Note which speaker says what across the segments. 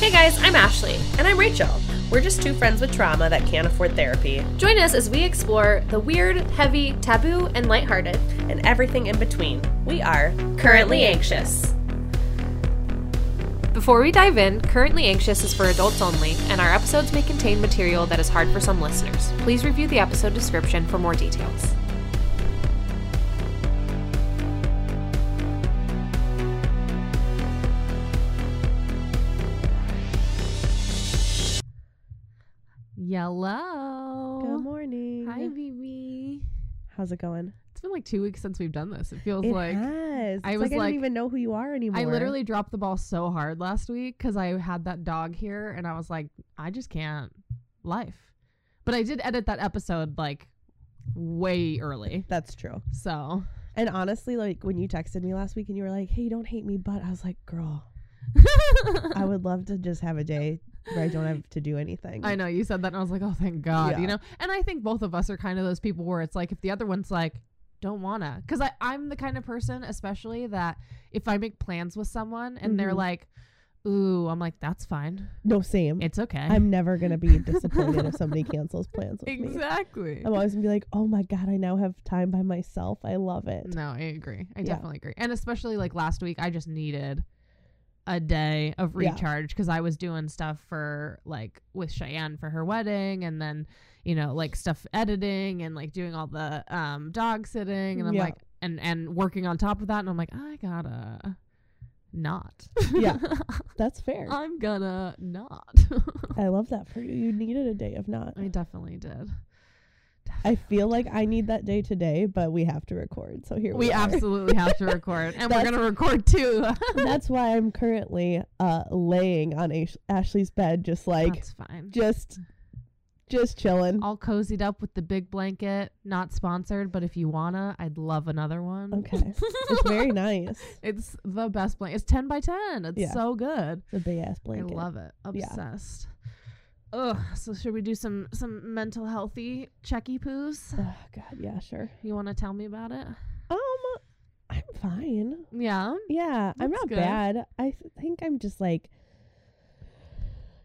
Speaker 1: Hey guys, I'm Ashley.
Speaker 2: And I'm Rachel. We're just two friends with trauma that can't afford therapy
Speaker 1: Join us as we explore the weird, heavy, taboo, and lighthearted.
Speaker 2: and everything in between. We are
Speaker 1: Currently Anxious. Before we dive in, Currently Anxious is for adults only, and our episodes may contain material that is hard for some listeners. Please review the episode description for more details.
Speaker 3: Yellow.
Speaker 4: Good morning.
Speaker 3: Hi, BB.
Speaker 4: How's it going?
Speaker 3: It's been like two weeks since we've done this. It feels
Speaker 4: It
Speaker 3: like
Speaker 4: has. It's
Speaker 3: I
Speaker 4: like
Speaker 3: was
Speaker 4: I
Speaker 3: like-
Speaker 4: don't even know who you are anymore.
Speaker 3: I literally dropped the ball so hard last week because I had that dog here and I was like, I just can't life. But I did edit that episode like way early.
Speaker 4: That's true.
Speaker 3: So
Speaker 4: And honestly, like when you texted me last week and you were like, "Hey, don't hate me," but I was like, "Girl, I would love to just have a day where I don't have to do anything."
Speaker 3: I know you said that and I was like, oh, thank God, you
Speaker 4: Yeah.
Speaker 3: know? And I think both of us are kind of those people where it's like, if the other one's like, don't wanna, because I'm the kind of person, especially that if I make plans with someone and they're
Speaker 4: Mhm.
Speaker 3: like, ooh, I'm like, that's fine.
Speaker 4: No, same.
Speaker 3: It's okay.
Speaker 4: I'm never gonna be disappointed if somebody cancels plans with me.
Speaker 3: exactly.
Speaker 4: I'm always gonna be like, "Oh my god, I now have time by myself. I love it."
Speaker 3: No, I agree. I
Speaker 4: Yeah.
Speaker 3: definitely agree. And especially like last week, I just needed a day of
Speaker 4: Yeah.
Speaker 3: recharge because I was doing stuff for like with Cheyenne for her wedding and then, you know, like stuff editing and like doing all the um dog sitting and I'm
Speaker 4: Yeah.
Speaker 3: like and and working on top of that and I'm like, I gotta not.
Speaker 4: Yeah. That's fair.
Speaker 3: I'm gonna not.
Speaker 4: I love that for you. You needed a day of not.
Speaker 3: I definitely did.
Speaker 4: I feel like I need that day today, but we have to record. So here we,
Speaker 3: We
Speaker 4: are.
Speaker 3: absolutely have to record. And we're
Speaker 4: That's-
Speaker 3: gonna record too.
Speaker 4: That's why I'm currently uh, laying on Ash- Ashley's bed, just like
Speaker 3: That's fine.
Speaker 4: just just chilling.
Speaker 3: all cozied up with the big blanket. Not sponsored, but if you wanna, I'd love another one.
Speaker 4: Okay, it's very nice.
Speaker 3: It's the best blanket. It's ten by ten. It's
Speaker 4: Yeah.
Speaker 3: so good.
Speaker 4: It's a big ass blanket.
Speaker 3: I love it.
Speaker 4: Yeah.
Speaker 3: Obsessed. Ugh. So should we do some some mental healthy checky poos?
Speaker 4: Oh God, yeah, sure.
Speaker 3: You want to tell me about it?
Speaker 4: Um, I'm fine.
Speaker 3: Yeah.
Speaker 4: Yeah, I'm
Speaker 3: That's
Speaker 4: not
Speaker 3: good.
Speaker 4: bad. I th- think I'm just like,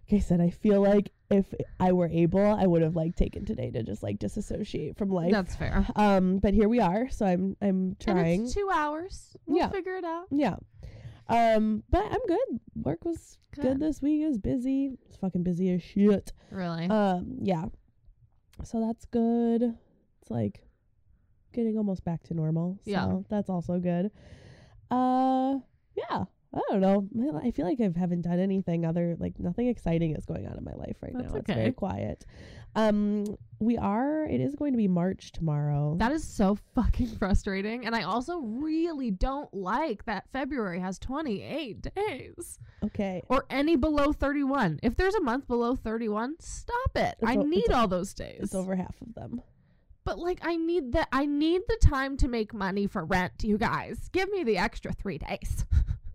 Speaker 4: like I said, I feel like if I were able, I would have like taken today to just like disassociate from life.
Speaker 3: That's fair.
Speaker 4: um, but here we are. So I'm I'm
Speaker 3: And
Speaker 4: trying.
Speaker 3: it's two hours. We'll
Speaker 4: Yeah.
Speaker 3: figure it out.
Speaker 4: Yeah. Um, but I'm good. Work was good,
Speaker 3: Good.
Speaker 4: this week. It was busy. It was fucking busy as shit.
Speaker 3: Really.
Speaker 4: Um, yeah. So that's good. It's like getting almost back to normal. So
Speaker 3: Yeah.
Speaker 4: that's also good. Uh yeah. I don't know. My, li- I feel like I haven't done anything other like nothing exciting is going on in my life right
Speaker 3: That's
Speaker 4: now. It's very
Speaker 3: okay.
Speaker 4: quiet. Um we are it is going to be March tomorrow.
Speaker 3: That is so fucking frustrating. And I also really don't like that February has 28 days
Speaker 4: okay.
Speaker 3: or any below 31. If there's a month below 31, stop it.
Speaker 4: It's
Speaker 3: I
Speaker 4: o-
Speaker 3: need
Speaker 4: it's o-
Speaker 3: all those days.
Speaker 4: It's over half of them.
Speaker 3: But like I need the I need the time to make money for rent, you guys. Give me the extra 3 days.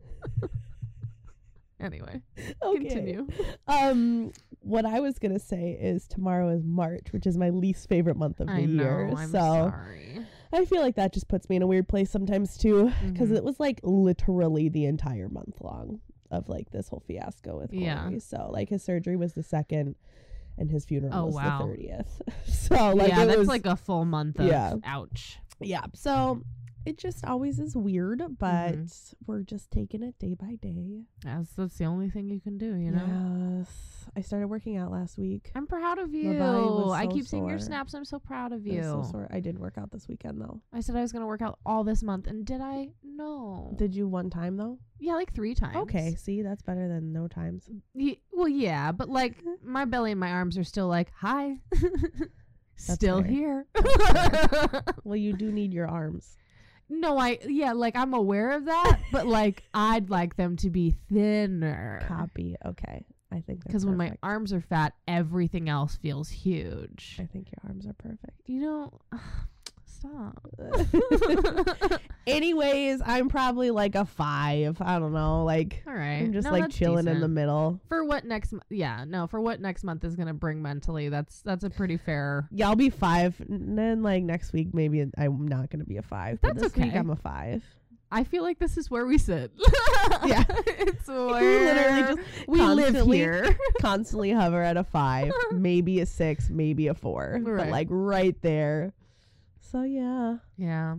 Speaker 3: anyway,
Speaker 4: Okay.
Speaker 3: continue.
Speaker 4: Um, what I was gonna say is tomorrow is March, which is my least favorite month of the
Speaker 3: I know.
Speaker 4: year.
Speaker 3: I'm
Speaker 4: so
Speaker 3: sorry.
Speaker 4: I feel like that just puts me in a weird place sometimes too, because
Speaker 3: Mhm.
Speaker 4: it was like literally the entire month long of like this whole fiasco with Corey.
Speaker 3: Yeah.
Speaker 4: So like his surgery was the second, and his funeral
Speaker 3: Oh,
Speaker 4: was
Speaker 3: wow.
Speaker 4: the thirtieth. So like
Speaker 3: yeah,
Speaker 4: it
Speaker 3: that's
Speaker 4: was
Speaker 3: like a full month of
Speaker 4: Yeah.
Speaker 3: ouch.
Speaker 4: yeah. So it just always is weird, but
Speaker 3: Mhm.
Speaker 4: we're just taking it day by day.
Speaker 3: That's that's the only thing you can do, you know.
Speaker 4: Yes. I started working out last week.
Speaker 3: I'm proud of you.
Speaker 4: My body was
Speaker 3: I
Speaker 4: so
Speaker 3: keep seeing your
Speaker 4: sore.
Speaker 3: snaps. I'm so proud of
Speaker 4: I
Speaker 3: you.
Speaker 4: was so sore. I did work out this weekend though.
Speaker 3: I said I was gonna work out all this month, and did I? No.
Speaker 4: Did you one time though?
Speaker 3: yeah, like three times.
Speaker 4: Okay, see, that's better than no times.
Speaker 3: Ye- well, yeah, but like
Speaker 4: Mm-hmm.
Speaker 3: my belly and my arms are still like hi, still
Speaker 4: fair.
Speaker 3: here.
Speaker 4: Well, you do need your arms.
Speaker 3: no, I yeah, like I'm aware of that, but like I'd like them to be thinner.
Speaker 4: Copy. Okay, I think
Speaker 3: Because
Speaker 4: because
Speaker 3: when my arms are fat, everything else feels huge.
Speaker 4: I think your arms are perfect.
Speaker 3: You know, stop.
Speaker 4: Anyways, I'm probably like a five. I don't know. Like
Speaker 3: All right,
Speaker 4: I'm just
Speaker 3: No,
Speaker 4: like
Speaker 3: that's
Speaker 4: chilling in
Speaker 3: decent.
Speaker 4: the middle.
Speaker 3: for what next month yeah no for what next month is gonna bring mentally that's that's a pretty fair
Speaker 4: Yeah, I'll be five. And then like next week, maybe I'm not gonna be a five. but
Speaker 3: That's
Speaker 4: this week
Speaker 3: okay.
Speaker 4: I'm a five.
Speaker 3: I feel like this is where we sit.
Speaker 4: Yeah.
Speaker 3: it's where
Speaker 4: We literally just
Speaker 3: we live
Speaker 4: constantly-
Speaker 3: here.
Speaker 4: constantly hover at a five, maybe a six, maybe a four, but
Speaker 3: Right.
Speaker 4: like right there. So yeah,
Speaker 3: yeah.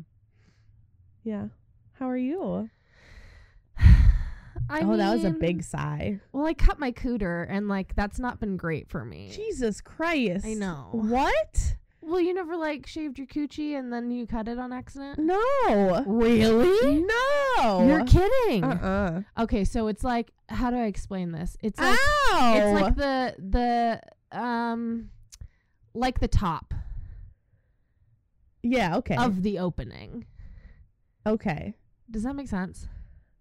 Speaker 4: yeah. How are you?
Speaker 3: I
Speaker 4: oh, that was a
Speaker 3: mean,
Speaker 4: big sigh.
Speaker 3: Well, I cut my cooter, and like that's not been great for me.
Speaker 4: Jesus Christ!
Speaker 3: I know.
Speaker 4: What?
Speaker 3: Well, you never like shaved your coochie and then you cut it on accident.
Speaker 4: No.
Speaker 3: Really?
Speaker 4: No.
Speaker 3: You're kidding.
Speaker 4: Uh-uh.
Speaker 3: Okay, so it's like how do I explain this? It's like
Speaker 4: Ow!
Speaker 3: it's like the the um like the top
Speaker 4: yeah. Okay.
Speaker 3: of the opening.
Speaker 4: okay.
Speaker 3: Does that make sense?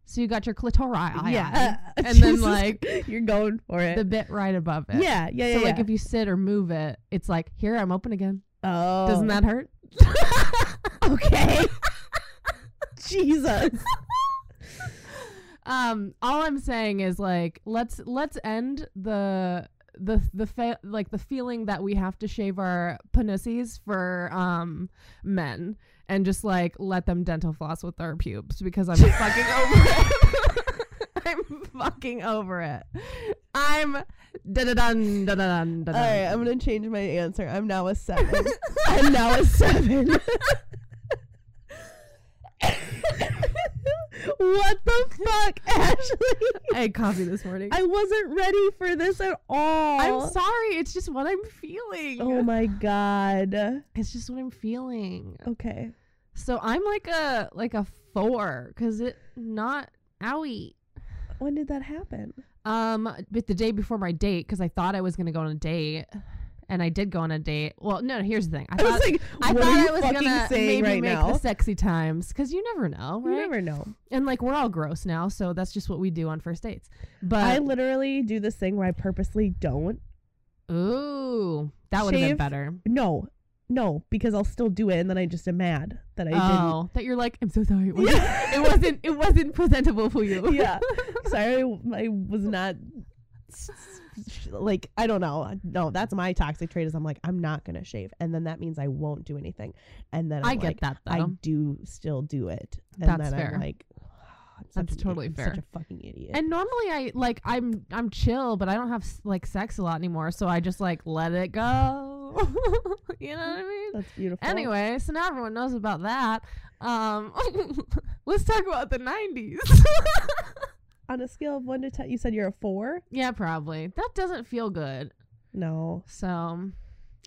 Speaker 3: So you got your clitori
Speaker 4: yeah.
Speaker 3: and then,
Speaker 4: Jesus,
Speaker 3: like,
Speaker 4: you're going for it.
Speaker 3: the bit right above it.
Speaker 4: yeah. Yeah. Yeah.
Speaker 3: So like
Speaker 4: yeah.
Speaker 3: if you sit or move it, it's like here I'm open again.
Speaker 4: oh.
Speaker 3: Doesn't that hurt?
Speaker 4: okay? Jesus.
Speaker 3: Um, all I'm saying is like let's let's end the the the fa- like the feeling that we have to shave our panussies for um men and just like let them dental floss with their pubes because I'm fucking over it. I'm fucking over it. I'm da da dun da da dun da
Speaker 4: All right, I'm gonna change my answer. I'm now a seven. I'm now a seven. what the fuck, Ashley?
Speaker 3: I had coffee this morning.
Speaker 4: I wasn't ready for this at all.
Speaker 3: I'm sorry. It's just what I'm feeling.
Speaker 4: Oh my god.
Speaker 3: It's just what I'm feeling.
Speaker 4: Okay.
Speaker 3: So I'm like a like a four because it not owie.
Speaker 4: When did that happen?
Speaker 3: Um, but the day before my date because I thought I was gonna go on a date, and I did go on a date. Well, no, here's the thing. I,
Speaker 4: I
Speaker 3: thought
Speaker 4: was like,
Speaker 3: I
Speaker 4: what
Speaker 3: thought
Speaker 4: are you
Speaker 3: I was
Speaker 4: fucking
Speaker 3: gonna
Speaker 4: saying
Speaker 3: maybe
Speaker 4: right
Speaker 3: make
Speaker 4: now?
Speaker 3: the sexy times because you never know,
Speaker 4: You
Speaker 3: right?
Speaker 4: never know.
Speaker 3: And like we're all gross now, so that's just what we do on first dates.
Speaker 4: I
Speaker 3: But
Speaker 4: literally do this thing where I purposely don't.
Speaker 3: ooh, that would have been
Speaker 4: Shave
Speaker 3: better.
Speaker 4: No, no, because I'll still do it, and then I just am mad that I didn't.
Speaker 3: oh, that you're like, I'm so sorry. It wasn't,
Speaker 4: Yeah.
Speaker 3: it wasn't. It wasn't presentable for you.
Speaker 4: yeah. Sorry, I was not s- s- like I don't know. No, that's my toxic trait is I'm like I'm not gonna shave, and then that means I won't do anything, and then I'm
Speaker 3: I get
Speaker 4: like,
Speaker 3: that
Speaker 4: I
Speaker 3: though.
Speaker 4: do still do it, and
Speaker 3: That's
Speaker 4: then
Speaker 3: fair.
Speaker 4: I'm like, I'm such
Speaker 3: That's
Speaker 4: an
Speaker 3: totally
Speaker 4: idiot. I'm
Speaker 3: fair.
Speaker 4: Such a fucking idiot.
Speaker 3: And normally I like I'm I'm chill, but I don't have s- like sex a lot anymore, so I just like let it go. you know what I mean?
Speaker 4: that's beautiful.
Speaker 3: Anyway, so now everyone knows about that. Um, let's talk about the '90s.
Speaker 4: on a scale of one to ten, you said you're a four.
Speaker 3: yeah, probably that doesn't feel good.
Speaker 4: No,
Speaker 3: So,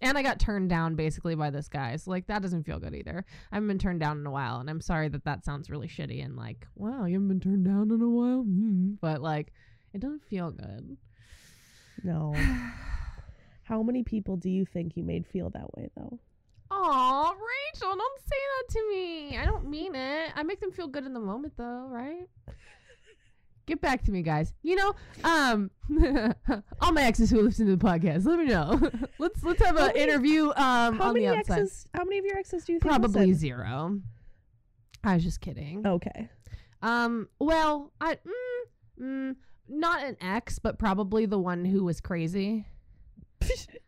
Speaker 3: and I got turned down basically by this guy, so like that doesn't feel good either. I haven't been turned down in a while, and I'm sorry that that sounds really shitty and like, wow, you haven't been turned down in a while, Mm, but like, it doesn't feel good.
Speaker 4: no. How many people do you think you made feel that way though?
Speaker 3: Aw, Rachel, don't say that to me. I don't mean it. I make them feel good in the moment though, right? Get back to me, guys. You know, um all my exes who listen to the podcast, let me know. let's let's have
Speaker 4: How
Speaker 3: an
Speaker 4: many-
Speaker 3: interview um
Speaker 4: How
Speaker 3: on
Speaker 4: many
Speaker 3: the outside.
Speaker 4: exes? How many of your exes do you think
Speaker 3: Probably
Speaker 4: listen?
Speaker 3: zero. I was just kidding.
Speaker 4: Okay.
Speaker 3: Um, well, I mm, mm, not an ex, but probably the one who was crazy.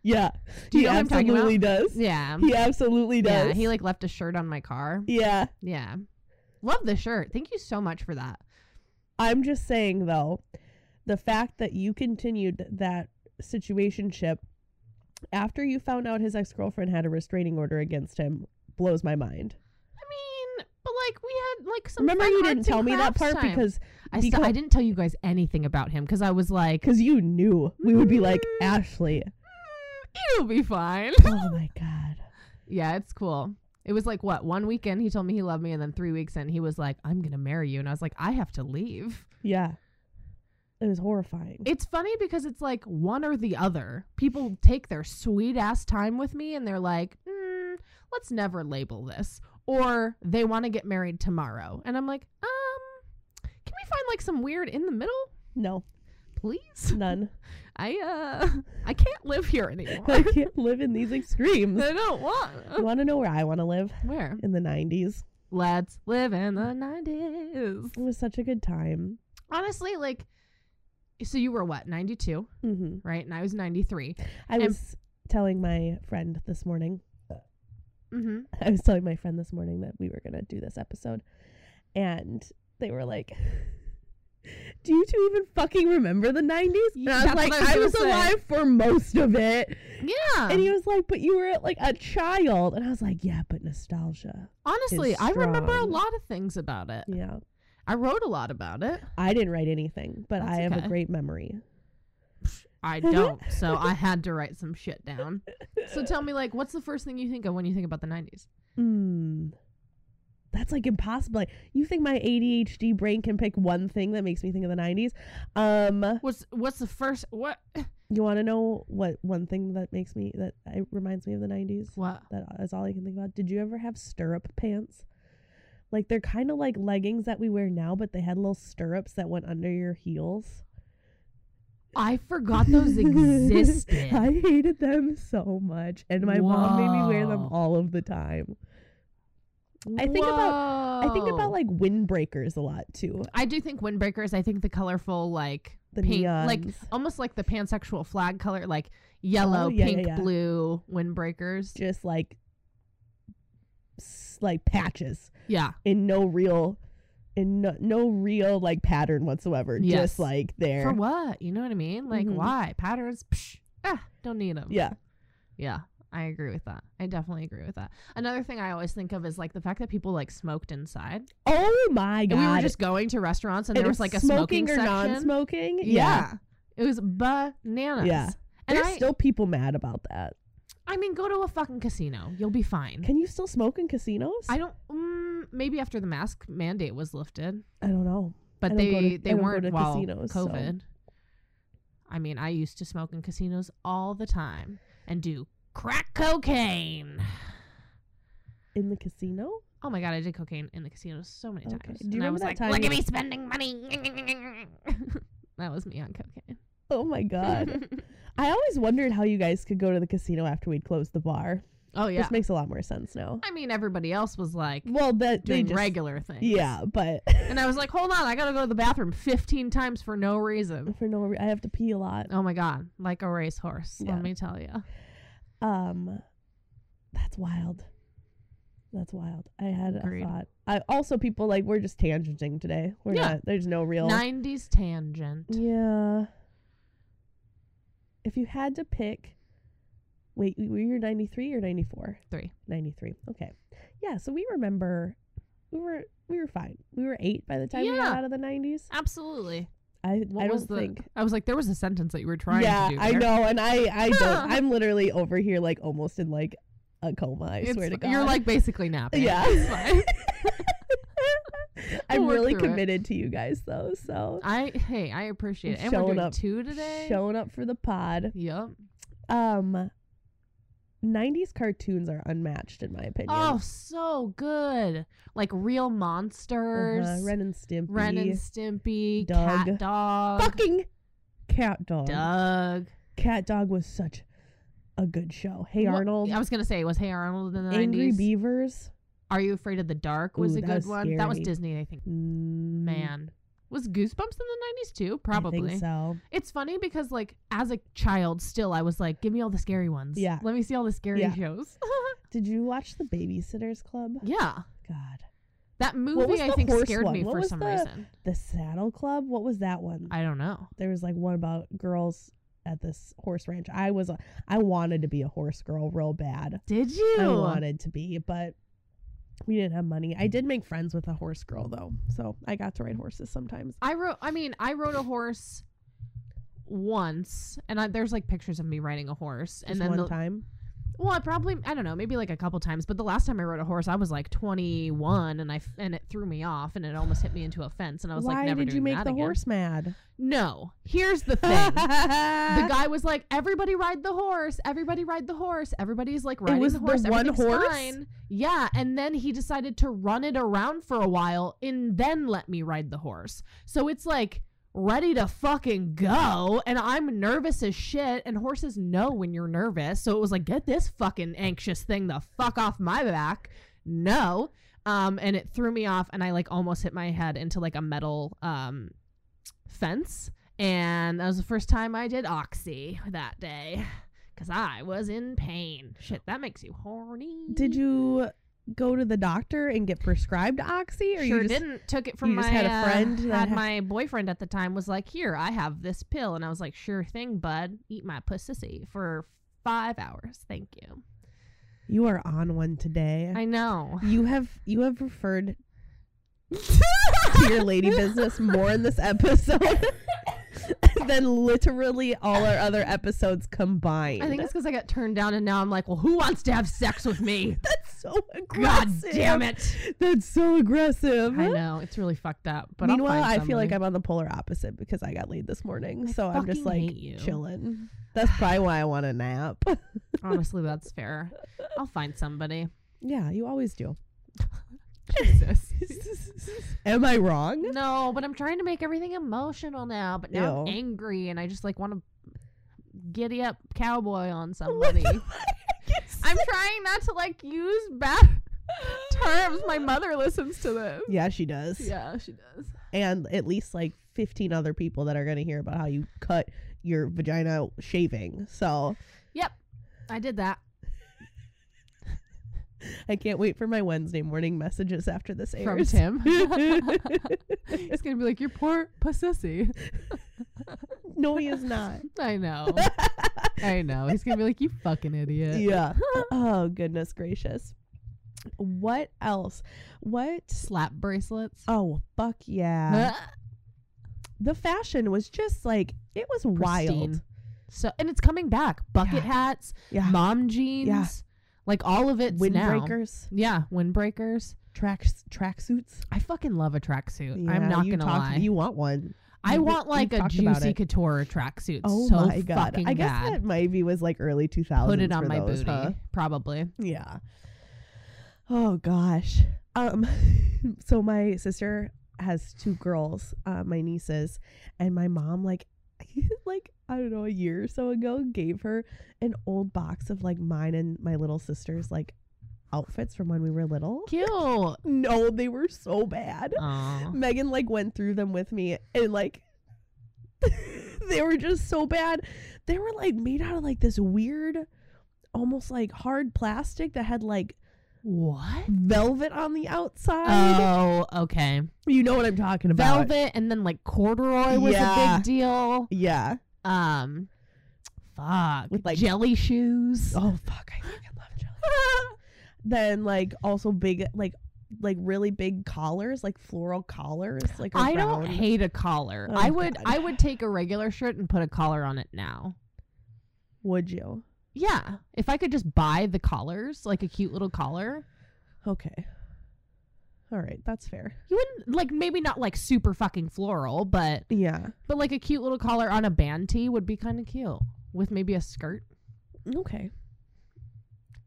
Speaker 4: Yeah.
Speaker 3: Do you
Speaker 4: he
Speaker 3: know what I'm talking
Speaker 4: absolutely
Speaker 3: about?
Speaker 4: does.
Speaker 3: Yeah.
Speaker 4: He absolutely does.
Speaker 3: yeah, he like left a shirt on my car.
Speaker 4: Yeah.
Speaker 3: Yeah. Love the shirt. Thank you so much for that.
Speaker 4: I'm just saying though, the fact that you continued that situationship after you found out his ex-girlfriend had a restraining order against him blows my mind.
Speaker 3: I mean, but like we had like some.
Speaker 4: Remember
Speaker 3: fun
Speaker 4: you
Speaker 3: arts
Speaker 4: didn't tell
Speaker 3: and
Speaker 4: me that
Speaker 3: crafts
Speaker 4: part
Speaker 3: time.
Speaker 4: because
Speaker 3: I, st-
Speaker 4: because-
Speaker 3: I didn't tell you guys anything about him because I was like,
Speaker 4: cuz you knew. We would be like,
Speaker 3: Mm.
Speaker 4: "Ashley,
Speaker 3: it'll be fine.
Speaker 4: oh my god.
Speaker 3: yeah, it's cool. It was like what one weekend he told me he loved me, and then three weeks in he was like, I'm gonna marry you, and I was like, I have to leave.
Speaker 4: Yeah. It was horrifying.
Speaker 3: It's funny because it's like one or the other. People take their sweet ass time with me and they're like, mm, let's never label this. Or they want to get married tomorrow. And I'm like, um, can we find like some weird in the middle,
Speaker 4: no,
Speaker 3: please?
Speaker 4: none.
Speaker 3: I uh I can't live here anymore.
Speaker 4: I can't live in these extremes.
Speaker 3: I don't
Speaker 4: You
Speaker 3: want
Speaker 4: want to know where I want to live?
Speaker 3: where.
Speaker 4: In the 90s.
Speaker 3: Let's live in the nineties.
Speaker 4: It was such a good time.
Speaker 3: Honestly, like so you were what, ninety two,
Speaker 4: Mm-hmm.
Speaker 3: right? And I was ninety three.
Speaker 4: I
Speaker 3: And-
Speaker 4: was telling my friend this morning.
Speaker 3: Mm-hmm.
Speaker 4: I was telling my friend this morning that we were gonna do this episode, and they were like, "Do you two even fucking remember the '90s?" And I was
Speaker 3: That's
Speaker 4: like,
Speaker 3: what I was
Speaker 4: "I
Speaker 3: gonna
Speaker 4: was
Speaker 3: say." Um,
Speaker 4: alive for most of it."
Speaker 3: Yeah.
Speaker 4: And he was like, "But you were like a child," and I was like, "Yeah, but nostalgia."
Speaker 3: Honestly, I remember a
Speaker 4: strong.
Speaker 3: lot of things about it.
Speaker 4: Yeah,
Speaker 3: I wrote a lot about it.
Speaker 4: I didn't write anything, but
Speaker 3: That's
Speaker 4: I have
Speaker 3: okay.
Speaker 4: a great memory.
Speaker 3: I
Speaker 4: Mm-hmm.
Speaker 3: don't, so I had to write some shit down. So tell me, like, what's the first thing you think of when you think about the '90s?
Speaker 4: Hmm. That's like impossible. Like, you think my ADHD brain can pick one thing that makes me think of the 90s? Um,
Speaker 3: What's What's the first what
Speaker 4: you want to know what one thing that makes me that uh, it reminds me of the 90s?
Speaker 3: what?
Speaker 4: That is all I can think about. Did you ever have stirrup pants? Like they're kind of like leggings that we wear now, but they had little stirrups that went under your heels.
Speaker 3: I forgot those existed.
Speaker 4: I hated them so much, and my mom made me wear them
Speaker 3: Whoa.
Speaker 4: all of the time. I think about- I think
Speaker 3: Whoa.
Speaker 4: about like windbreakers a lot too.
Speaker 3: I do think windbreakers. I think the colorful like
Speaker 4: The
Speaker 3: pink, like
Speaker 4: neons. Oh,
Speaker 3: almost like the pansexual flag color, like yellow,
Speaker 4: yeah, yeah,
Speaker 3: pink,
Speaker 4: yeah.
Speaker 3: blue windbreakers.
Speaker 4: just like s- like patches
Speaker 3: yeah,
Speaker 4: in no real in no, no real like pattern whatsoever
Speaker 3: Yes.
Speaker 4: just like there
Speaker 3: for what? You know what I mean? Like
Speaker 4: Mhm.
Speaker 3: why patterns? Psh, ah, don't need them.
Speaker 4: yeah
Speaker 3: yeah. I agree with that. I definitely agree with that. Another thing I always think of is like the fact that people like smoked inside,
Speaker 4: oh my god
Speaker 3: and we were just going to restaurants, and
Speaker 4: And
Speaker 3: there was
Speaker 4: it's
Speaker 3: like a
Speaker 4: smoking,
Speaker 3: smoking,
Speaker 4: or
Speaker 3: section.
Speaker 4: non-smoking
Speaker 3: Yeah. It was bananas.
Speaker 4: Yeah.
Speaker 3: And
Speaker 4: there's
Speaker 3: I,
Speaker 4: still people mad about that
Speaker 3: I mean, go to a fucking casino. You'll be fine.
Speaker 4: can you still smoke in casinos
Speaker 3: Mm. I don't. Mm, maybe after the mask mandate was lifted,
Speaker 4: I don't know
Speaker 3: but
Speaker 4: I don't go
Speaker 3: they
Speaker 4: to-
Speaker 3: they
Speaker 4: I don't go
Speaker 3: weren't
Speaker 4: to
Speaker 3: while
Speaker 4: casinos, so-
Speaker 3: COVID. I mean, I used to smoke in casinos all the time and do crack cocaine.
Speaker 4: in the casino
Speaker 3: Oh my god, I did cocaine in the casinos so many
Speaker 4: Okay.
Speaker 3: times,
Speaker 4: Do you
Speaker 3: and I
Speaker 4: remember
Speaker 3: was
Speaker 4: that
Speaker 3: like,
Speaker 4: time
Speaker 3: "Look
Speaker 4: you-
Speaker 3: at me spending money." that was me on cocaine.
Speaker 4: oh my god I always wondered how you guys could go to the casino after we'd closed the bar
Speaker 3: oh yeah.
Speaker 4: this makes a lot more sense now
Speaker 3: I mean, everybody else was like
Speaker 4: well that they
Speaker 3: doing
Speaker 4: just
Speaker 3: regular things.
Speaker 4: yeah but
Speaker 3: And I was like, "Hold on, I gotta go to the bathroom 15 times for no reason."
Speaker 4: for no re- I have to pee a lot
Speaker 3: Oh my god, like a racehorse.
Speaker 4: Yeah.
Speaker 3: Let me tell you.
Speaker 4: Um, that's wild. That's wild. I had
Speaker 3: Agreed.
Speaker 4: a thought. I also people like we're just tangenting today. We're
Speaker 3: Yeah.
Speaker 4: not. There's no real.
Speaker 3: 90s tangent.
Speaker 4: Yeah. If you had to pick, wait, were you 93 or 94?
Speaker 3: Three.
Speaker 4: 93. Okay. Yeah. So we remember, we were we were fine. We were eight by the time we
Speaker 3: Yeah.
Speaker 4: got out of the 90s.
Speaker 3: Absolutely.
Speaker 4: I
Speaker 3: What
Speaker 4: I
Speaker 3: was
Speaker 4: don't
Speaker 3: the?
Speaker 4: think.
Speaker 3: I was like, there was a sentence that you were trying
Speaker 4: yeah,
Speaker 3: to do.
Speaker 4: I
Speaker 3: there.
Speaker 4: know, and I I don't. I'm literally over here like almost in like a coma. I
Speaker 3: It's-
Speaker 4: swear to God.
Speaker 3: You're like basically napping.
Speaker 4: Yeah.
Speaker 3: It's fine.
Speaker 4: I'm
Speaker 3: We'll work
Speaker 4: really
Speaker 3: through it.
Speaker 4: committed to you guys though. So
Speaker 3: I hey, I appreciate it. And we're
Speaker 4: Showing
Speaker 3: doing
Speaker 4: up.
Speaker 3: two today.
Speaker 4: showing up for the pod.
Speaker 3: Yep.
Speaker 4: Um 90s cartoons are unmatched in my opinion. Uh-huh.
Speaker 3: Oh, so good. Like real monsters.
Speaker 4: Uh-huh, Ren and Stimpy.
Speaker 3: Ren and Stimpy.
Speaker 4: Doug.
Speaker 3: Cat dog.
Speaker 4: fucking Cat Dog.
Speaker 3: Doug.
Speaker 4: Cat Dog was such a good show. Hey
Speaker 3: What-
Speaker 4: Arnold,
Speaker 3: I was gonna say, was Hey Arnold in the
Speaker 4: Angry
Speaker 3: 90s?
Speaker 4: Beavers.
Speaker 3: Are You Afraid of the Dark was
Speaker 4: Ooh,
Speaker 3: a
Speaker 4: that
Speaker 3: good
Speaker 4: was
Speaker 3: one. That was
Speaker 4: scary.
Speaker 3: Disney, I think.
Speaker 4: Mm,
Speaker 3: Man. Was Goosebumps in the 90s too? Probably.
Speaker 4: I think so.
Speaker 3: It's funny because like as a child still I was like, give me all the scary ones.
Speaker 4: Yeah.
Speaker 3: Let me see all the scary
Speaker 4: Yeah.
Speaker 3: shows.
Speaker 4: Did you watch The Babysitters Club?
Speaker 3: yeah.
Speaker 4: God.
Speaker 3: That
Speaker 4: was
Speaker 3: movie I
Speaker 4: the
Speaker 3: think
Speaker 4: horse
Speaker 3: scared
Speaker 4: one?
Speaker 3: me
Speaker 4: What
Speaker 3: for
Speaker 4: was
Speaker 3: some
Speaker 4: the-
Speaker 3: reason.
Speaker 4: The Saddle Club? What was that one?
Speaker 3: I don't know.
Speaker 4: there was like one about girls at this horse ranch. I was a- I wanted to be a horse girl real bad.
Speaker 3: Did you?
Speaker 4: I wanted to be, but we didn't have money. I did make friends with a horse girl though, so I got to ride horses sometimes.
Speaker 3: I rode I mean, I rode a horse once and I, there's like pictures of me riding a horse
Speaker 4: Just
Speaker 3: and then
Speaker 4: one
Speaker 3: the,
Speaker 4: time,
Speaker 3: well I probably I don't know maybe like a couple times but the last time I rode a horse I was like 21 and I f- and it threw me off and it almost hit me into a fence and I was
Speaker 4: why
Speaker 3: like never
Speaker 4: did you
Speaker 3: doing
Speaker 4: make
Speaker 3: that
Speaker 4: the
Speaker 3: again.
Speaker 4: horse mad?
Speaker 3: No. Here's the thing. the guy was like, "Everybody ride the horse! Everybody ride the horse! Everybody's like riding
Speaker 4: was
Speaker 3: the
Speaker 4: the
Speaker 3: horse!
Speaker 4: one
Speaker 3: everything's
Speaker 4: horse?
Speaker 3: fine." Yeah, and then he decided to run it around for a while and then let me ride the horse. So it's like ready to fucking go, and I'm nervous as shit. And horses know when you're nervous, so it was like, "Get this fucking anxious thing the fuck off my back!" No. Um, and it threw me off, and I like almost hit my head into like a metal um fence. And that was the first time I did Oxy that day because I was in pain. Shit, that makes you horny.
Speaker 4: Did you go to the doctor and get prescribed oxy? Or
Speaker 3: sure
Speaker 4: you just,
Speaker 3: didn't. Took it from
Speaker 4: you
Speaker 3: my
Speaker 4: just had a
Speaker 3: uh,
Speaker 4: friend that
Speaker 3: had
Speaker 4: ha-
Speaker 3: my boyfriend at the time was like, "Here, I have this pill," and I was like, "Sure thing, bud. Eat my pussy for five hours. Thank you."
Speaker 4: You are on one today.
Speaker 3: I know.
Speaker 4: you have you have referred to your lady business more in this episode than literally all our other episodes combined.
Speaker 3: I think it's because I got turned down, and now I'm like, "Well, who wants to have sex with me?"
Speaker 4: that's so
Speaker 3: God
Speaker 4: aggressive.
Speaker 3: damn it!
Speaker 4: That's so aggressive.
Speaker 3: I know it's really fucked up. But I'll
Speaker 4: Meanwhile,
Speaker 3: find
Speaker 4: I feel like
Speaker 3: somebody.
Speaker 4: I'm on the polar opposite because I got laid this morning,
Speaker 3: I
Speaker 4: so I'm just
Speaker 3: fucking
Speaker 4: like
Speaker 3: hate you.
Speaker 4: chilling. That's probably why I want a nap.
Speaker 3: Honestly, that's fair. I'll find somebody.
Speaker 4: yeah, you always do.
Speaker 3: Jesus.
Speaker 4: Am I wrong?
Speaker 3: no, but I'm trying to make everything emotional now. But now
Speaker 4: Ew.
Speaker 3: I'm angry, and I just like want to giddy up cowboy on somebody. I'm trying not to like use bad terms. My mother listens to this.
Speaker 4: Yeah, she does.
Speaker 3: Yeah, she does.
Speaker 4: and at least like 15 other people that are going to hear about how you cut your vagina shaving. So
Speaker 3: Yep, I did that.
Speaker 4: I can't wait for my Wednesday morning messages after this
Speaker 3: from
Speaker 4: airs.
Speaker 3: Tim. He's gonna be like, "Your poor pussy."
Speaker 4: no, he is not.
Speaker 3: I know. I know. He's gonna be like, "You fucking idiot."
Speaker 4: yeah. Oh goodness gracious. What else? What?
Speaker 3: Slap bracelets.
Speaker 4: Oh fuck yeah. the fashion was just like it was wild.
Speaker 3: Pristine. So, and it's coming back. Bucket
Speaker 4: Yeah.
Speaker 3: hats,
Speaker 4: Yeah.
Speaker 3: mom jeans, like all of it.
Speaker 4: Windbreakers,
Speaker 3: Yeah, windbreakers.
Speaker 4: tracks, tracksuits.
Speaker 3: I fucking love a tracksuit.
Speaker 4: Yeah,
Speaker 3: Uh, I'm not
Speaker 4: you
Speaker 3: gonna
Speaker 4: talk-
Speaker 3: lie.
Speaker 4: You want one?
Speaker 3: I
Speaker 4: you-
Speaker 3: want
Speaker 4: you
Speaker 3: like a
Speaker 4: talked about
Speaker 3: juicy
Speaker 4: it.
Speaker 3: couture tracksuit.
Speaker 4: Oh
Speaker 3: so
Speaker 4: my god!
Speaker 3: fucking
Speaker 4: I guess
Speaker 3: bad.
Speaker 4: that maybe was like early 2000s.
Speaker 3: Put it on
Speaker 4: for
Speaker 3: my
Speaker 4: those,
Speaker 3: booty,
Speaker 4: huh?
Speaker 3: probably.
Speaker 4: Yeah. Oh gosh. Um. So my sister has two girls, uh, my nieces, and my mom like, like I don't know, a year or so ago, gave her an old box of like mine and my little sister's like outfits from when we were little.
Speaker 3: Cute. Aw.
Speaker 4: No, they were so bad. Megan like went through them with me and like they were just so bad. They were like made out of like this weird almost like hard plastic that had like
Speaker 3: What?
Speaker 4: velvet on the outside.
Speaker 3: Oh, okay.
Speaker 4: you know what I'm talking about.
Speaker 3: Velvet and then like corduroy was a
Speaker 4: Yeah.
Speaker 3: big deal.
Speaker 4: Yeah.
Speaker 3: Um fuck.
Speaker 4: With, like-
Speaker 3: jelly shoes.
Speaker 4: Oh fuck, I fucking love jelly. then like also big like like really big collars, like floral collars, like
Speaker 3: I don't
Speaker 4: around-
Speaker 3: hate a collar.
Speaker 4: Oh,
Speaker 3: I would
Speaker 4: God.
Speaker 3: I would take a regular shirt and put a collar on it now.
Speaker 4: Would you?
Speaker 3: Yeah. If I could just buy the collars, like a cute little collar.
Speaker 4: Okay. All right, that's fair.
Speaker 3: You wouldn't like maybe not like super fucking floral, but
Speaker 4: Yeah.
Speaker 3: but like a cute little collar on a band tee would be kind of cute with maybe a skirt.
Speaker 4: Okay.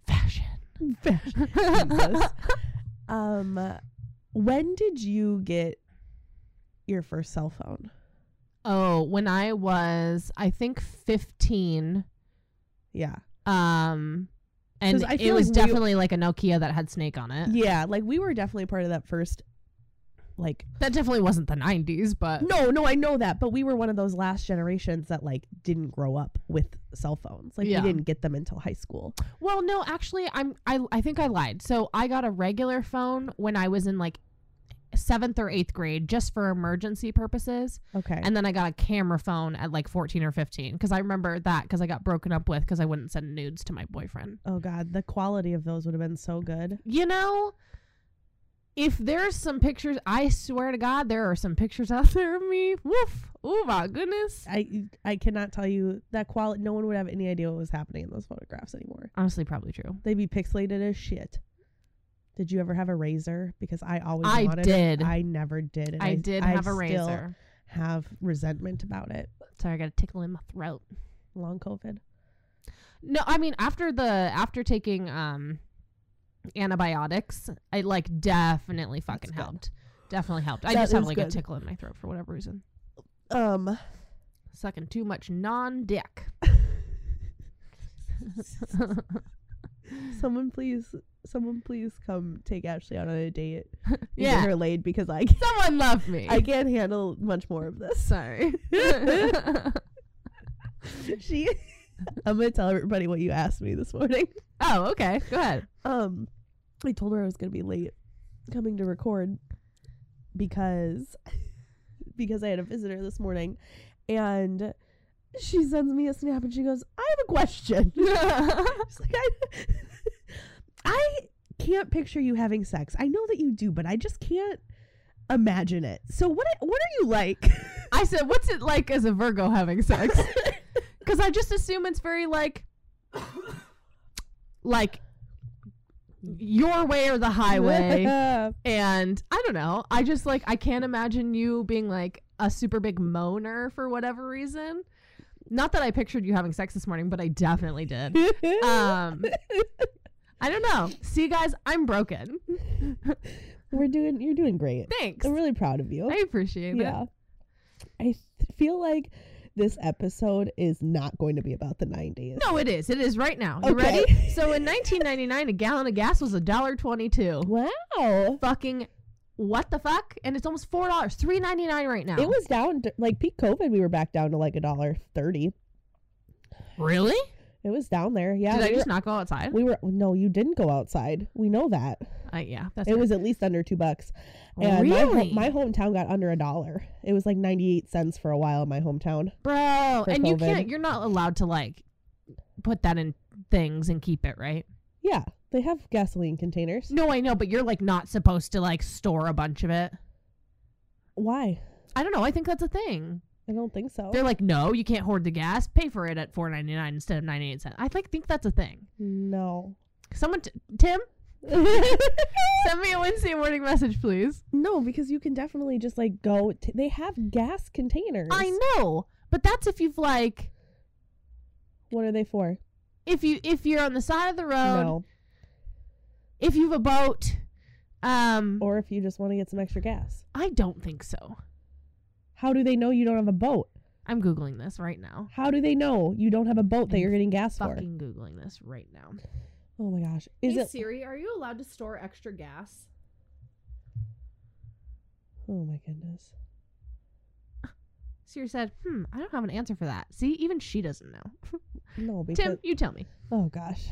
Speaker 3: Fashion.
Speaker 4: Jesus. um, when did you get your first cell phone?
Speaker 3: Oh, when I was, I think, 15.
Speaker 4: Yeah,
Speaker 3: Um, and
Speaker 4: 'Cause I
Speaker 3: it
Speaker 4: feel
Speaker 3: was
Speaker 4: like we-
Speaker 3: definitely like a Nokia that had Snake on it.
Speaker 4: yeah. Like we were definitely part of that first. Like
Speaker 3: That definitely wasn't the 90s, but
Speaker 4: no, no, I know that, but we were one of those last generations that like didn't grow up with cell phones. Like
Speaker 3: Yeah.
Speaker 4: we didn't get them until high school.
Speaker 3: well, no, actually, I'm I I think I lied. So I got a regular phone when I was in like seventh or eighth grade, just for emergency purposes,
Speaker 4: Okay,
Speaker 3: and then I got a camera phone at like 14 or 15 because I remember that because I got broken up with because I wouldn't send nudes to my boyfriend.
Speaker 4: oh god, the quality of those would have been so good.
Speaker 3: you know, if there's some pictures, I swear to God, there are some pictures out there of me. Woof. Oh my goodness.
Speaker 4: I I cannot tell you that quality. No one would have any idea what was happening in those photographs anymore.
Speaker 3: Honestly, probably true.
Speaker 4: They'd be pixelated as shit. Did you ever have a razor? Because I always
Speaker 3: I
Speaker 4: wanted
Speaker 3: did.
Speaker 4: It. I never did. and
Speaker 3: I did have a
Speaker 4: still
Speaker 3: razor.
Speaker 4: Have resentment about it.
Speaker 3: Sorry, I got a tickle in my throat.
Speaker 4: Long COVID.
Speaker 3: No, I mean after the after taking um antibiotics, I like definitely fucking
Speaker 4: good.
Speaker 3: helped. Definitely helped. I
Speaker 4: That
Speaker 3: just have
Speaker 4: is
Speaker 3: like a
Speaker 4: good.
Speaker 3: tickle in my throat for whatever reason.
Speaker 4: Um.
Speaker 3: Sucking too much non dick.
Speaker 4: Someone please. Someone please come take Ashley out on a date. and Get
Speaker 3: Yeah.
Speaker 4: her laid because I can't,
Speaker 3: Someone love me.
Speaker 4: I can't handle much more of this.
Speaker 3: Sorry.
Speaker 4: She. I'm gonna tell everybody what you asked me this morning.
Speaker 3: Oh, okay. Go ahead.
Speaker 4: Um, I told her I was gonna be late coming to record because because I had a visitor this morning and she sends me a snap and she goes, I have a question. She's like, I, I can't picture you having sex. I know that you do, but I just can't imagine it. So what what are you like?
Speaker 3: I said, "What's it like as a Virgo having sex?" Because I just assume it's very like, like your way or the highway. and I don't know. I just like I can't imagine you being like a super big moaner for whatever reason. Not that I pictured you having sex this morning, but I definitely did. Um, I don't know. See, guys, I'm broken.
Speaker 4: We're doing you're doing great.
Speaker 3: Thanks.
Speaker 4: I'm really proud of you.
Speaker 3: I appreciate
Speaker 4: yeah.
Speaker 3: it.
Speaker 4: I th- feel like this episode is not going to be about the 90s.
Speaker 3: No, it is. It is right now. You
Speaker 4: Okay.
Speaker 3: ready? So in 1999, a gallon of gas was a dollar twenty-two.
Speaker 4: Wow.
Speaker 3: Fucking what the fuck? And it's almost four dollars, three ninety-nine right now.
Speaker 4: It was down to, like peak COVID. We were back down to like a dollar thirty.
Speaker 3: really?
Speaker 4: It was down there. Yeah,
Speaker 3: Did
Speaker 4: we,
Speaker 3: I
Speaker 4: were,
Speaker 3: just not go outside?
Speaker 4: we were. No, you didn't go outside. We know that.
Speaker 3: Uh, yeah, that's
Speaker 4: It
Speaker 3: fair.
Speaker 4: was at least under two bucks. And my ho-
Speaker 3: Really?
Speaker 4: my, hometown got under a dollar. It was like ninety eight cents for a while in my hometown.
Speaker 3: bro.
Speaker 4: for
Speaker 3: And you
Speaker 4: COVID.
Speaker 3: can't. You're not allowed to like put that in things and keep it, right?
Speaker 4: Yeah, they have gasoline containers.
Speaker 3: No, I know, but you're like not supposed to like store a bunch of it.
Speaker 4: Why?
Speaker 3: I don't know. I think that's a thing.
Speaker 4: I don't think so.
Speaker 3: They're like, no, you can't hoard the gas. Pay for it at four ninety nine instead of ninety eight cents. I like think that's a thing.
Speaker 4: no.
Speaker 3: Someone, t- Tim, send me a Wednesday morning message, please.
Speaker 4: No, because you can definitely just like go. T- they have gas containers.
Speaker 3: I know, but that's if you've like,
Speaker 4: What are they for?
Speaker 3: if you if you're on the side of the road,
Speaker 4: no.
Speaker 3: if you've a boat, um,
Speaker 4: Or if you just want to get some extra gas.
Speaker 3: I don't think so.
Speaker 4: How do they know you don't have a boat?
Speaker 3: I'm googling this right now.
Speaker 4: How do they know you don't have a boat that
Speaker 3: I'm
Speaker 4: you're getting gas for?
Speaker 3: Fucking googling this right now.
Speaker 4: Oh my gosh. Is it
Speaker 3: Siri, are you allowed to store extra gas?
Speaker 4: Oh my goodness.
Speaker 3: Siri said, "Hmm, I don't have an answer for that." See, even she doesn't know.
Speaker 4: No, because
Speaker 3: Tim, you tell me.
Speaker 4: Oh gosh.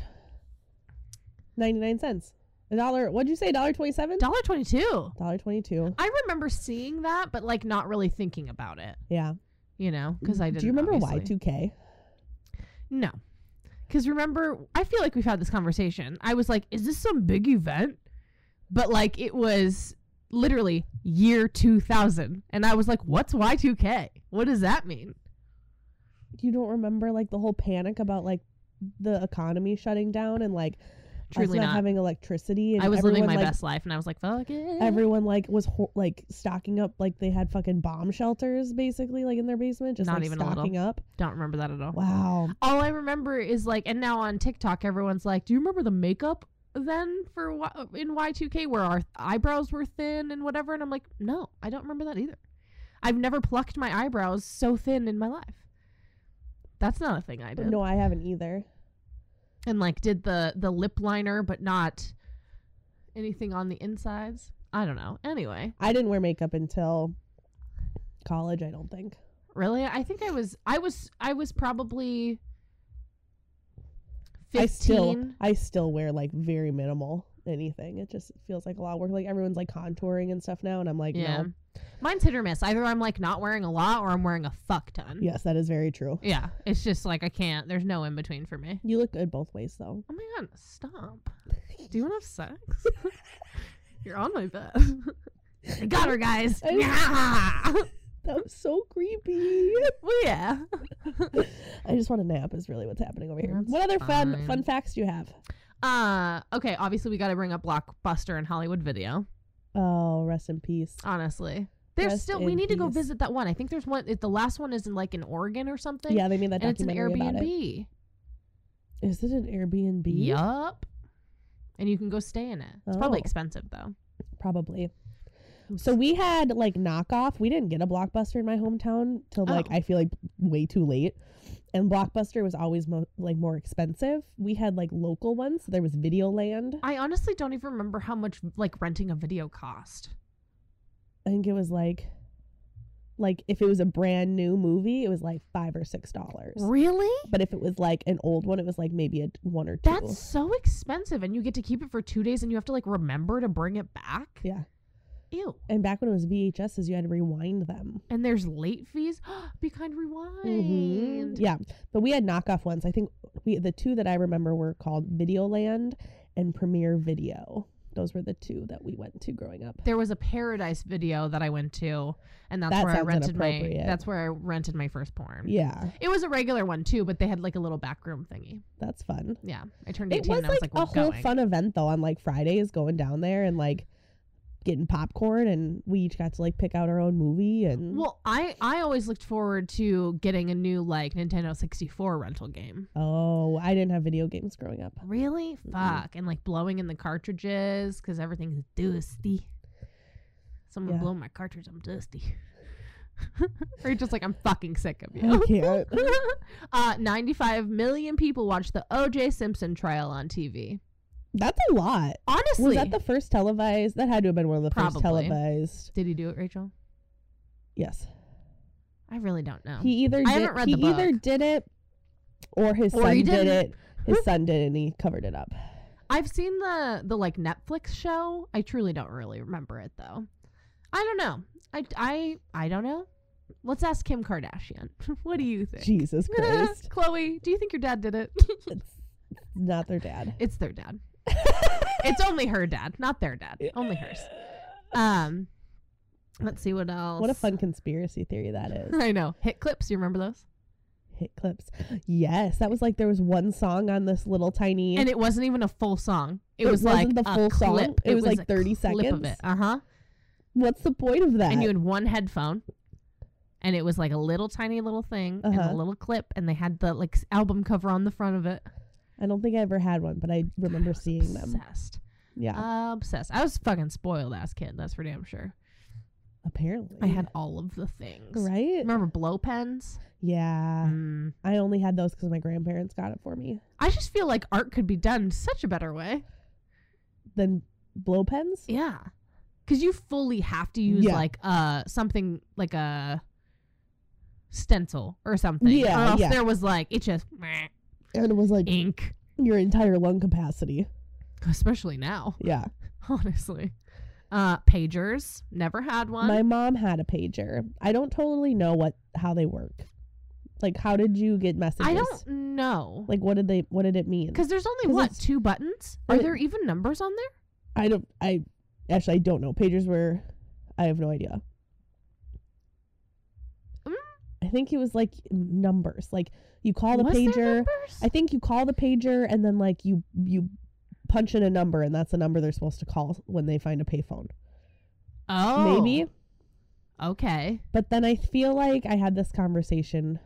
Speaker 4: 99 cents. A dollar. What'd you say? Dollar 27?
Speaker 3: Dollar twenty-two.
Speaker 4: Dollar 22.
Speaker 3: I remember seeing that, but like not really thinking about it.
Speaker 4: Yeah.
Speaker 3: You know, because I didn't.
Speaker 4: Mm, Do you remember
Speaker 3: obviously.
Speaker 4: Y2K?
Speaker 3: No. Because remember, I feel like we've had this conversation. I was like, is this some big event? But like, it was literally year 2000. And I was like, what's Y2K? What does that mean?
Speaker 4: You don't remember like the whole panic about like the economy shutting down and like us
Speaker 3: Truly
Speaker 4: not,
Speaker 3: not.
Speaker 4: having electricity and
Speaker 3: I was living my
Speaker 4: everyone, like,
Speaker 3: best life and I was like, fuck it.
Speaker 4: Everyone like was ho- like stocking up like they had fucking bomb shelters basically like in their basement just
Speaker 3: Not
Speaker 4: like
Speaker 3: even a little.
Speaker 4: stocking up.
Speaker 3: Don't remember that at all.
Speaker 4: Wow.
Speaker 3: All I remember is like, and now on TikTok, everyone's like, do you remember the makeup then for y- in Y2K where our eyebrows were thin and whatever? And I'm like, no, I don't remember that either. I've never plucked my eyebrows so thin in my life. That's not a thing I did.
Speaker 4: No, I haven't either.
Speaker 3: And like, did the the lip liner, but not anything on the insides. I don't know. Anyway,
Speaker 4: I didn't wear makeup until college, I don't think.
Speaker 3: really, I think I was, I was, I was probably
Speaker 4: I still
Speaker 3: fifteen.
Speaker 4: I still wear like very minimal anything. It just feels like a lot of work. Like everyone's like contouring and stuff now and I'm like,
Speaker 3: yeah,
Speaker 4: no.
Speaker 3: mine's hit or miss. Either I'm like not wearing a lot, or I'm wearing a fuck ton.
Speaker 4: Yes, that is very true.
Speaker 3: yeah. It's just like I can't. There's no in between for me.
Speaker 4: You look good both ways though.
Speaker 3: Oh my god, stop! Do you want to have sex? You're on my bed. I got her, guys.
Speaker 4: I-
Speaker 3: well,
Speaker 4: That was so creepy.
Speaker 3: yeah.
Speaker 4: I just want a nap is really what's happening over here.
Speaker 3: That's
Speaker 4: what other fun
Speaker 3: fine.
Speaker 4: fun facts do you have?
Speaker 3: Uh, okay. Obviously, we got to bring up Blockbuster and Hollywood Video.
Speaker 4: Oh, rest in peace.
Speaker 3: Honestly, there's
Speaker 4: Rest
Speaker 3: still we
Speaker 4: in
Speaker 3: need to go
Speaker 4: peace.
Speaker 3: visit that one. I think there's one. It, the last one is in like in Oregon or something.
Speaker 4: Yeah, they made that
Speaker 3: and it's an
Speaker 4: documentary about it.
Speaker 3: Airbnb.
Speaker 4: Is it an Airbnb?
Speaker 3: Yup. And you can go stay in it. It's probably
Speaker 4: Oh.
Speaker 3: expensive though.
Speaker 4: Probably. So we had like knockoff. We didn't get a blockbuster in my hometown till like
Speaker 3: Oh.
Speaker 4: I feel like way too late. And blockbuster was always mo- like more expensive. We had like local ones. So there was Videoland.
Speaker 3: I honestly don't even remember how much like renting a video cost.
Speaker 4: I think it was like like if it was a brand new movie, it was like five or six dollars.
Speaker 3: Really?
Speaker 4: But if it was like an old one, it was like maybe a d- one or two.
Speaker 3: That's so expensive, and you get to keep it for two days, and you have to like remember to bring it back.
Speaker 4: yeah.
Speaker 3: Ew.
Speaker 4: And back when it was VHSs, you had to rewind them.
Speaker 3: And there's late fees. Be kind, rewind.
Speaker 4: Mm-hmm. Yeah, but we had knockoff ones. I think we the two that I remember were called Videoland and Premiere Video. Those were the two that we went to growing up.
Speaker 3: There was a Paradise video that I went to, and that's
Speaker 4: That
Speaker 3: where I
Speaker 4: sounds
Speaker 3: rented my.
Speaker 4: inappropriate.
Speaker 3: That's where I rented my first porn.
Speaker 4: Yeah,
Speaker 3: It was a regular one too, but they had like a little back room thingy.
Speaker 4: that's fun.
Speaker 3: Yeah, I turned
Speaker 4: It
Speaker 3: 18
Speaker 4: was
Speaker 3: and I was
Speaker 4: like, a
Speaker 3: like, we're
Speaker 4: whole
Speaker 3: going.
Speaker 4: fun event though on like Fridays going down there and like getting popcorn and we each got to like pick out our own movie and
Speaker 3: Well, I I always looked forward to getting a new like Nintendo 64 rental game. Mm-hmm.
Speaker 4: oh, I didn't have video games growing up.
Speaker 3: Really?
Speaker 4: Mm-mm.
Speaker 3: Fuck. And like blowing in the cartridges because everything's dusty. Someone
Speaker 4: Yeah.
Speaker 3: blow my cartridge, I'm dusty. or you're just like, I'm fucking sick of
Speaker 4: I
Speaker 3: you.
Speaker 4: can't.
Speaker 3: uh, 95 million people watched the OJ Simpson trial on TV.
Speaker 4: That's a lot.
Speaker 3: Honestly.
Speaker 4: Was that the first televised? That had to have been one of the
Speaker 3: Probably.
Speaker 4: first televised.
Speaker 3: Did he do it, Rachel?
Speaker 4: Yes.
Speaker 3: I really don't know.
Speaker 4: He either
Speaker 3: I
Speaker 4: did,
Speaker 3: haven't read
Speaker 4: he
Speaker 3: the
Speaker 4: either
Speaker 3: book.
Speaker 4: did it or his
Speaker 3: Or
Speaker 4: son
Speaker 3: he
Speaker 4: did
Speaker 3: didn't.
Speaker 4: it. His son did it and he covered it up.
Speaker 3: I've seen the the like Netflix show. I truly don't really remember it though. I don't know. I I I don't know. Let's ask Kim Kardashian. what do you think?
Speaker 4: Jesus Christ.
Speaker 3: Chloe, do you think your dad did it?
Speaker 4: it's not their dad.
Speaker 3: it's their dad. it's only her dad, not their dad. Only hers. Um, let's see what else.
Speaker 4: What a fun conspiracy theory that is.
Speaker 3: I know. Hit clips. You remember those?
Speaker 4: Hit clips. Yes, that was like there was one song on this little tiny
Speaker 3: And it wasn't even a full song. It,
Speaker 4: It
Speaker 3: was
Speaker 4: wasn't
Speaker 3: like
Speaker 4: the
Speaker 3: a
Speaker 4: full song.
Speaker 3: clip.
Speaker 4: It was, like, 30 seconds.
Speaker 3: Uh huh.
Speaker 4: What's the point of that?
Speaker 3: And you had one headphone, and it was like a little tiny little thing and a
Speaker 4: Uh-huh.
Speaker 3: little clip, and they had the like s- album cover on the front of it.
Speaker 4: I don't think I ever had one, but I remember seeing them.
Speaker 3: Obsessed. Uh,
Speaker 4: Yeah.
Speaker 3: Obsessed. I was a fucking spoiled ass kid. That's for damn sure.
Speaker 4: apparently.
Speaker 3: I had all of the things.
Speaker 4: right?
Speaker 3: Remember blow pens?
Speaker 4: Yeah.
Speaker 3: Mm.
Speaker 4: I only had those because my grandparents got it for me.
Speaker 3: I just feel like art could be done such a better way.
Speaker 4: Then blow pens?
Speaker 3: Yeah. Cause you fully have to use
Speaker 4: Yeah.
Speaker 3: like uh something like a stencil or something.
Speaker 4: Yeah,
Speaker 3: Or else
Speaker 4: yeah.
Speaker 3: there was like it just meh,
Speaker 4: And it was like
Speaker 3: ink.
Speaker 4: your entire lung capacity.
Speaker 3: Especially now,
Speaker 4: Yeah.
Speaker 3: honestly. Uh pagers. Never had one.
Speaker 4: My mom had a pager. I don't totally know what how they work. Like how did you get messages?
Speaker 3: I don't know.
Speaker 4: like what did they what did it mean?
Speaker 3: Because there's only
Speaker 4: 'Cause
Speaker 3: what,
Speaker 4: it's-
Speaker 3: two buttons?
Speaker 4: I
Speaker 3: Are
Speaker 4: don't-
Speaker 3: there even numbers on there?
Speaker 4: I don't I actually I don't know. Pagers were I have no idea.
Speaker 3: Mm.
Speaker 4: I think it was like numbers. Like you call the
Speaker 3: Was there
Speaker 4: pager.
Speaker 3: numbers?
Speaker 4: I think you call the pager and then like you you punch in a number and that's the number they're supposed to call when they find a payphone.
Speaker 3: oh
Speaker 4: Maybe.
Speaker 3: Okay.
Speaker 4: But then I feel like I had this conversation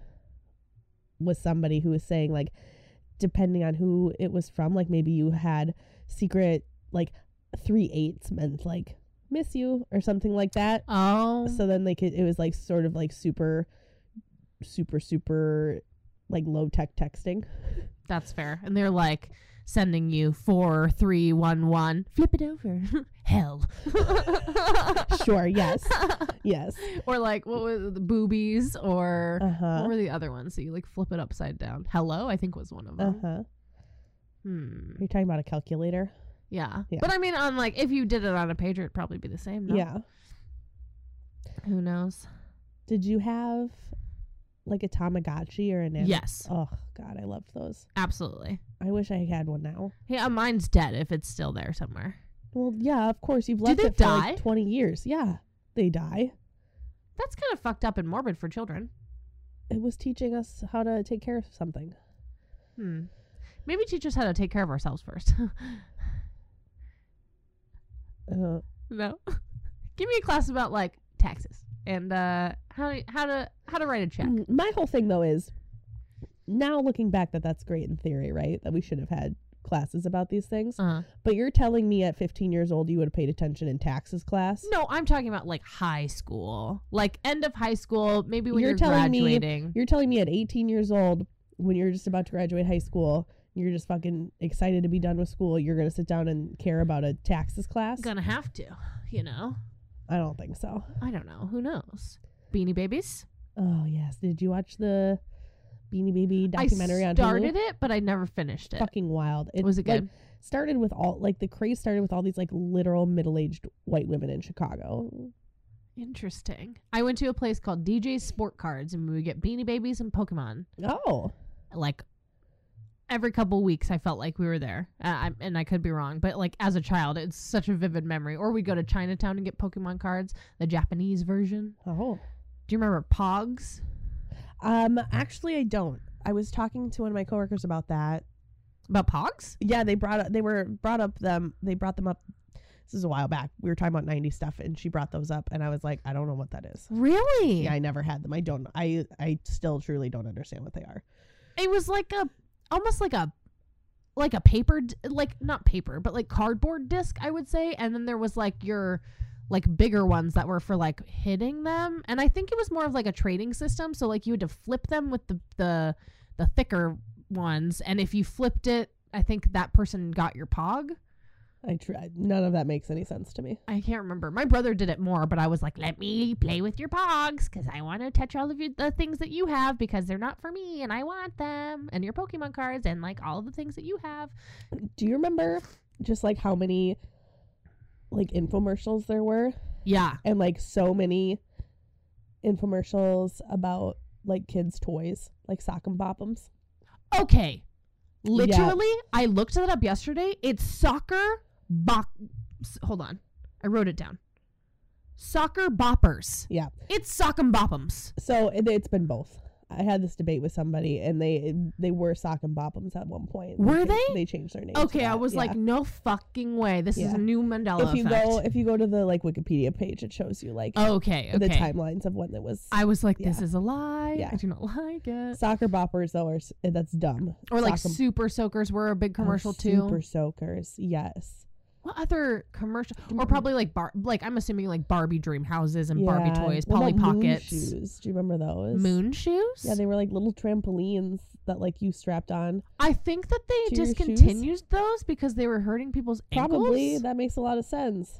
Speaker 4: with somebody who was saying like depending on who it was from, like maybe you had secret like three eights meant like miss you or something like that.
Speaker 3: Oh
Speaker 4: So then they could it was like sort of like super super super like low tech texting.
Speaker 3: That's fair. And they're like sending you four, three, one, one. Flip it over. Hell.
Speaker 4: Sure, yes. yes.
Speaker 3: or like what was it, the boobies or what
Speaker 4: Uh-huh.
Speaker 3: were the other ones? So you like flip it upside down. Hello, I think was one of them.
Speaker 4: Uh-huh.
Speaker 3: Hmm.
Speaker 4: You're talking about a calculator?
Speaker 3: Yeah.
Speaker 4: Yeah.
Speaker 3: But I mean on like if you did it on a pager it'd probably be the same. No?
Speaker 4: Yeah.
Speaker 3: Who knows?
Speaker 4: Did you have like a Tamagotchi or an anime?
Speaker 3: Yes.
Speaker 4: Oh god, I loved those.
Speaker 3: Absolutely.
Speaker 4: I wish I had one now.
Speaker 3: Yeah, mine's dead if it's still there somewhere.
Speaker 4: Well, yeah, of course you've left
Speaker 3: they
Speaker 4: it for like
Speaker 3: die?
Speaker 4: 20 years. Yeah, they die.
Speaker 3: That's kind of fucked up and morbid for children.
Speaker 4: It was teaching us how to take care of something.
Speaker 3: Hmm. Maybe teach us how to take care of ourselves first.
Speaker 4: Uh,
Speaker 3: No. Give me a class about like taxes and uh how to how to how to write a check.
Speaker 4: mm, my whole thing though is now looking back that that's great in theory, right? That we should have had classes about these things.
Speaker 3: Uh,
Speaker 4: But you're telling me at 15 years old you would have paid attention in taxes class?
Speaker 3: no, I'm talking about like high school, like end of high school, maybe when
Speaker 4: You're
Speaker 3: you're,
Speaker 4: telling me
Speaker 3: graduating.
Speaker 4: You're telling me at 18 years old, when you're just about to graduate high school, you're just fucking excited to be done with school, you're going to sit down and care about a taxes class?
Speaker 3: gonna have to, you know.
Speaker 4: I don't think so.
Speaker 3: I don't know. Who knows? Beanie Babies.
Speaker 4: Oh yes. Did you watch the Beanie Baby documentary
Speaker 3: I
Speaker 4: on Hulu?
Speaker 3: started it, but I never finished it.
Speaker 4: Fucking wild.
Speaker 3: Was it
Speaker 4: like,
Speaker 3: good?
Speaker 4: started with all like the craze started with all these like literal middle aged white women in Chicago.
Speaker 3: Interesting. I went to a place called DJ's Sport Cards, and we would get Beanie Babies and Pokemon.
Speaker 4: Oh.
Speaker 3: Like every couple weeks, I felt like we were there, uh, I, and I could be wrong, but like as a child, it's such a vivid memory. Or we go to Chinatown and get Pokemon cards, the Japanese version.
Speaker 4: Oh.
Speaker 3: Do you remember Pogs?
Speaker 4: Um actually I don't. I was talking to one of my coworkers about that.
Speaker 3: About Pogs?
Speaker 4: Yeah, they brought up they were brought up them they brought them up this is a while back. We were talking about 90 stuff and she brought those up and I was like, I don't know what that is.
Speaker 3: Really?
Speaker 4: Yeah, I never had them. I don't I I still truly don't understand what they are.
Speaker 3: It was like a almost like a like a paper d- like not paper but like cardboard disc I would say and then there was like your like bigger ones that were for like hitting them and I think it was more of like a trading system so like you had to flip them with the the the thicker ones and if you flipped it I think that person got your pog
Speaker 4: I tr- none of that makes any sense to me.
Speaker 3: I can't remember my brother did it more but I was like let me play with your pogs cuz I want to touch all of your, the things that you have because they're not for me and I want them and your pokemon cards and like all the things that you have
Speaker 4: Do you remember just like how many like infomercials there were
Speaker 3: yeah
Speaker 4: and like so many infomercials about like kids toys, like sock 'em pop 'ems?
Speaker 3: Okay. Literally, I looked that up yesterday. It's soccer bop. s- Hold on. I wrote it down. Soccer boppers.
Speaker 4: Yeah.
Speaker 3: It's sock'em boppums.
Speaker 4: So it, it's been both. I had this debate with somebody and they they were sock 'em pop 'ems at one point.
Speaker 3: Were
Speaker 4: changed-
Speaker 3: they?
Speaker 4: They changed their name. to
Speaker 3: Okay, I
Speaker 4: that,
Speaker 3: was
Speaker 4: yeah.
Speaker 3: like, no fucking way. This is
Speaker 4: Yeah.
Speaker 3: a new Mandela
Speaker 4: if you
Speaker 3: effect.
Speaker 4: go if you go to the like Wikipedia page it shows you like
Speaker 3: okay, okay.
Speaker 4: the timelines of when it was
Speaker 3: I was like, this
Speaker 4: Yeah.
Speaker 3: is a lie.
Speaker 4: Yeah.
Speaker 3: I do not like it.
Speaker 4: soccer boppers though are s- that's dumb.
Speaker 3: Or like
Speaker 4: Sock 'em-
Speaker 3: super soakers were a big
Speaker 4: Oh,
Speaker 3: commercial
Speaker 4: Super
Speaker 3: too.
Speaker 4: soakers, yes.
Speaker 3: What other commercial? Or
Speaker 4: Mm.
Speaker 3: probably like bar, like I'm assuming like Barbie dream houses and Barbie
Speaker 4: Yeah.
Speaker 3: toys,
Speaker 4: What
Speaker 3: Polly
Speaker 4: about
Speaker 3: Pockets,
Speaker 4: Moon shoes. Do you remember those?
Speaker 3: moon shoes.
Speaker 4: Yeah, they were like little trampolines that like you strapped on.
Speaker 3: I think that they
Speaker 4: To your shoes?
Speaker 3: discontinued those because they were hurting people's ankles.
Speaker 4: Probably that makes a lot of sense.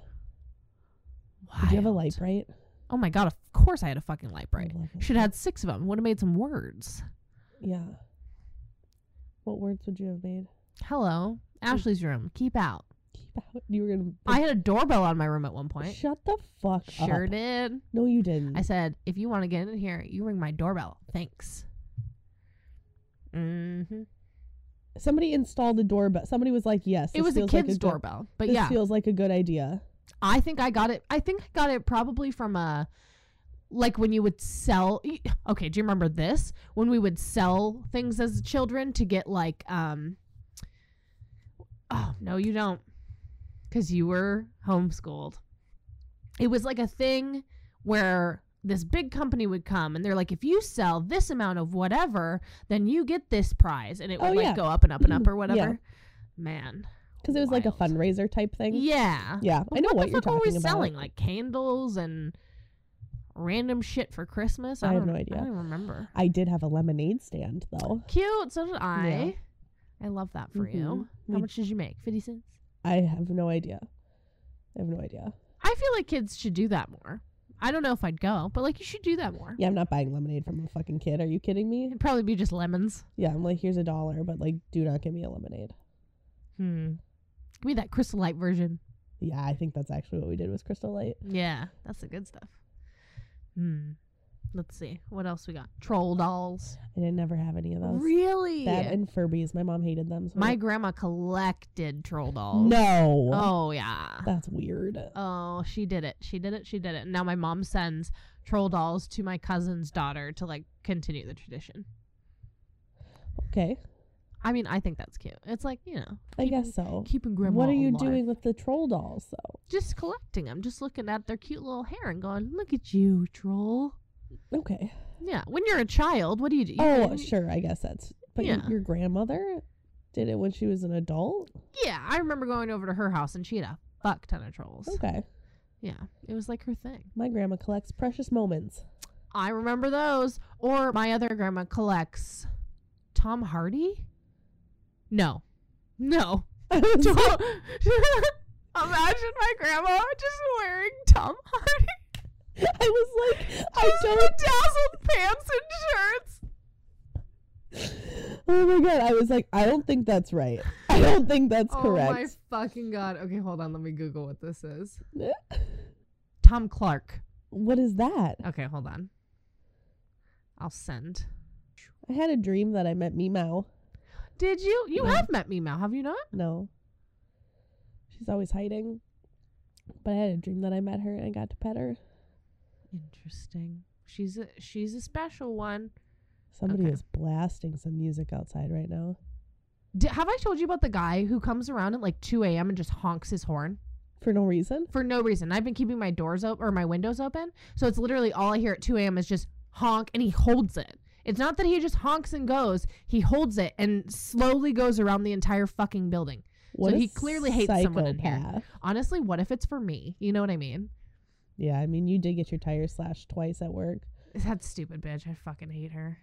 Speaker 4: Did you have a Oh
Speaker 3: Wild.
Speaker 4: light bright?
Speaker 3: Oh my god! Of course, I had a fucking light bright.
Speaker 4: love it.
Speaker 3: Should have had six of them. Would have made some words.
Speaker 4: Yeah. What words would you have made?
Speaker 3: Hello, Ashley's room. Keep out.
Speaker 4: Keep out. You were gonna.
Speaker 3: I had a doorbell on my room at one point.
Speaker 4: Shut the fuck
Speaker 3: Sure
Speaker 4: up.
Speaker 3: did.
Speaker 4: No, you didn't.
Speaker 3: I said, if you want to get in here, you ring my doorbell. Thanks. Mm-hmm.
Speaker 4: Somebody installed a doorbell. Somebody was like, "Yes."
Speaker 3: It
Speaker 4: this
Speaker 3: was a
Speaker 4: feels
Speaker 3: kid's
Speaker 4: like good-
Speaker 3: doorbell, but
Speaker 4: this
Speaker 3: yeah,
Speaker 4: feels like a good idea.
Speaker 3: I think I got it. I think I got it probably from a like when you would sell. y- Okay, do you remember this? When we would sell things as children to get like um. Oh no, you don't, because you were homeschooled. It was like a thing where this big company would come and they're like, if you sell this amount of whatever, then you get this prize, and it would
Speaker 4: Oh,
Speaker 3: like
Speaker 4: yeah.
Speaker 3: go up and up and up or whatever.
Speaker 4: Yeah.
Speaker 3: Man,
Speaker 4: Because it was like a
Speaker 3: Wild.
Speaker 4: fundraiser type thing.
Speaker 3: yeah.
Speaker 4: Yeah, I know
Speaker 3: what,
Speaker 4: what,
Speaker 3: the
Speaker 4: you're
Speaker 3: fuck were
Speaker 4: talking
Speaker 3: we
Speaker 4: about.
Speaker 3: selling? Like candles and random shit for Christmas? I,
Speaker 4: I have
Speaker 3: don't-
Speaker 4: no idea.
Speaker 3: I don't remember.
Speaker 4: I did have a lemonade stand though.
Speaker 3: Cute. So did I. I love that for you.
Speaker 4: Mhm.
Speaker 3: How
Speaker 4: We-
Speaker 3: much did you make? Fifty cents.
Speaker 4: I have no idea. I have no idea.
Speaker 3: I feel like kids should do that more. I don't know if I'd go, but like you should do that more.
Speaker 4: Yeah, I'm not buying lemonade from a fucking kid. Are you kidding me?
Speaker 3: It'd probably be just lemons.
Speaker 4: Yeah, I'm like, here's a dollar, but like, do not give me a lemonade.
Speaker 3: Hmm. Give me that crystal light version.
Speaker 4: Yeah, I think that's actually what we did with Crystal Light.
Speaker 3: Yeah, that's the good stuff. Hmm. Let's see what else we got. Troll dolls.
Speaker 4: I didn't never have any of those.
Speaker 3: Really?
Speaker 4: That and Furbies. My mom hated them. So
Speaker 3: My grandma collected troll dolls.
Speaker 4: no,
Speaker 3: Oh yeah.
Speaker 4: that's weird.
Speaker 3: Oh, she did it. She did it. She did it. Now my mom sends troll dolls to my cousin's daughter to like continue the tradition.
Speaker 4: Okay,
Speaker 3: I mean, I think that's cute. It's like, you know,
Speaker 4: I guess so.
Speaker 3: keeping grandma.
Speaker 4: What are you
Speaker 3: alive.
Speaker 4: doing with the troll dolls though?
Speaker 3: Just collecting them, just looking at their cute little hair and going, "Look at you, troll."
Speaker 4: Okay.
Speaker 3: Yeah, when you're a child, what do you do? You-
Speaker 4: Oh, sure. I guess that's. But your-
Speaker 3: Yeah.
Speaker 4: your grandmother did it when she was an adult.
Speaker 3: Yeah, I remember going over to her house and she had a fuck ton of trolls.
Speaker 4: Okay.
Speaker 3: Yeah, it was like her thing.
Speaker 4: My grandma collects precious moments.
Speaker 3: I remember those. Or my other grandma collects Tom Hardy? No. No. Tom- Imagine my grandma just wearing Tom Hardy.
Speaker 4: I was like, I
Speaker 3: Just
Speaker 4: don't
Speaker 3: bedazzled pants and shirts.
Speaker 4: Oh my god, I was like, I don't think that's right. I don't think that's
Speaker 3: Oh my
Speaker 4: correct.
Speaker 3: fucking god. Okay, hold on. Let me Google what this is.
Speaker 4: Eh?
Speaker 3: Tom Clark.
Speaker 4: What is that?
Speaker 3: Okay, hold on. I'll send.
Speaker 4: I had a dream that I met Meow.
Speaker 3: Did you? You
Speaker 4: No.
Speaker 3: have met me, Mal, have you not?
Speaker 4: No. She's always hiding. But I had a dream that I met her and I got to pet her.
Speaker 3: Interesting. She's a she's a special one.
Speaker 4: Somebody
Speaker 3: Okay.
Speaker 4: is blasting some music outside right now.
Speaker 3: D- have I told you about the guy who comes around at like 2 a.m. and just honks his horn
Speaker 4: For no reason?
Speaker 3: for no reason? I've been keeping my doors open or my windows open, so it's literally all I hear at 2 a.m. is just honk, and he holds it. It's not that he just honks and goes; he holds it and slowly goes around the entire fucking building.
Speaker 4: What
Speaker 3: So
Speaker 4: a
Speaker 3: he clearly hates someone in here.
Speaker 4: psychopath.
Speaker 3: honestly, what if it's for me? You know what I mean?
Speaker 4: Yeah, I mean, you did get your tire slashed twice at work.
Speaker 3: That stupid bitch. I fucking hate her.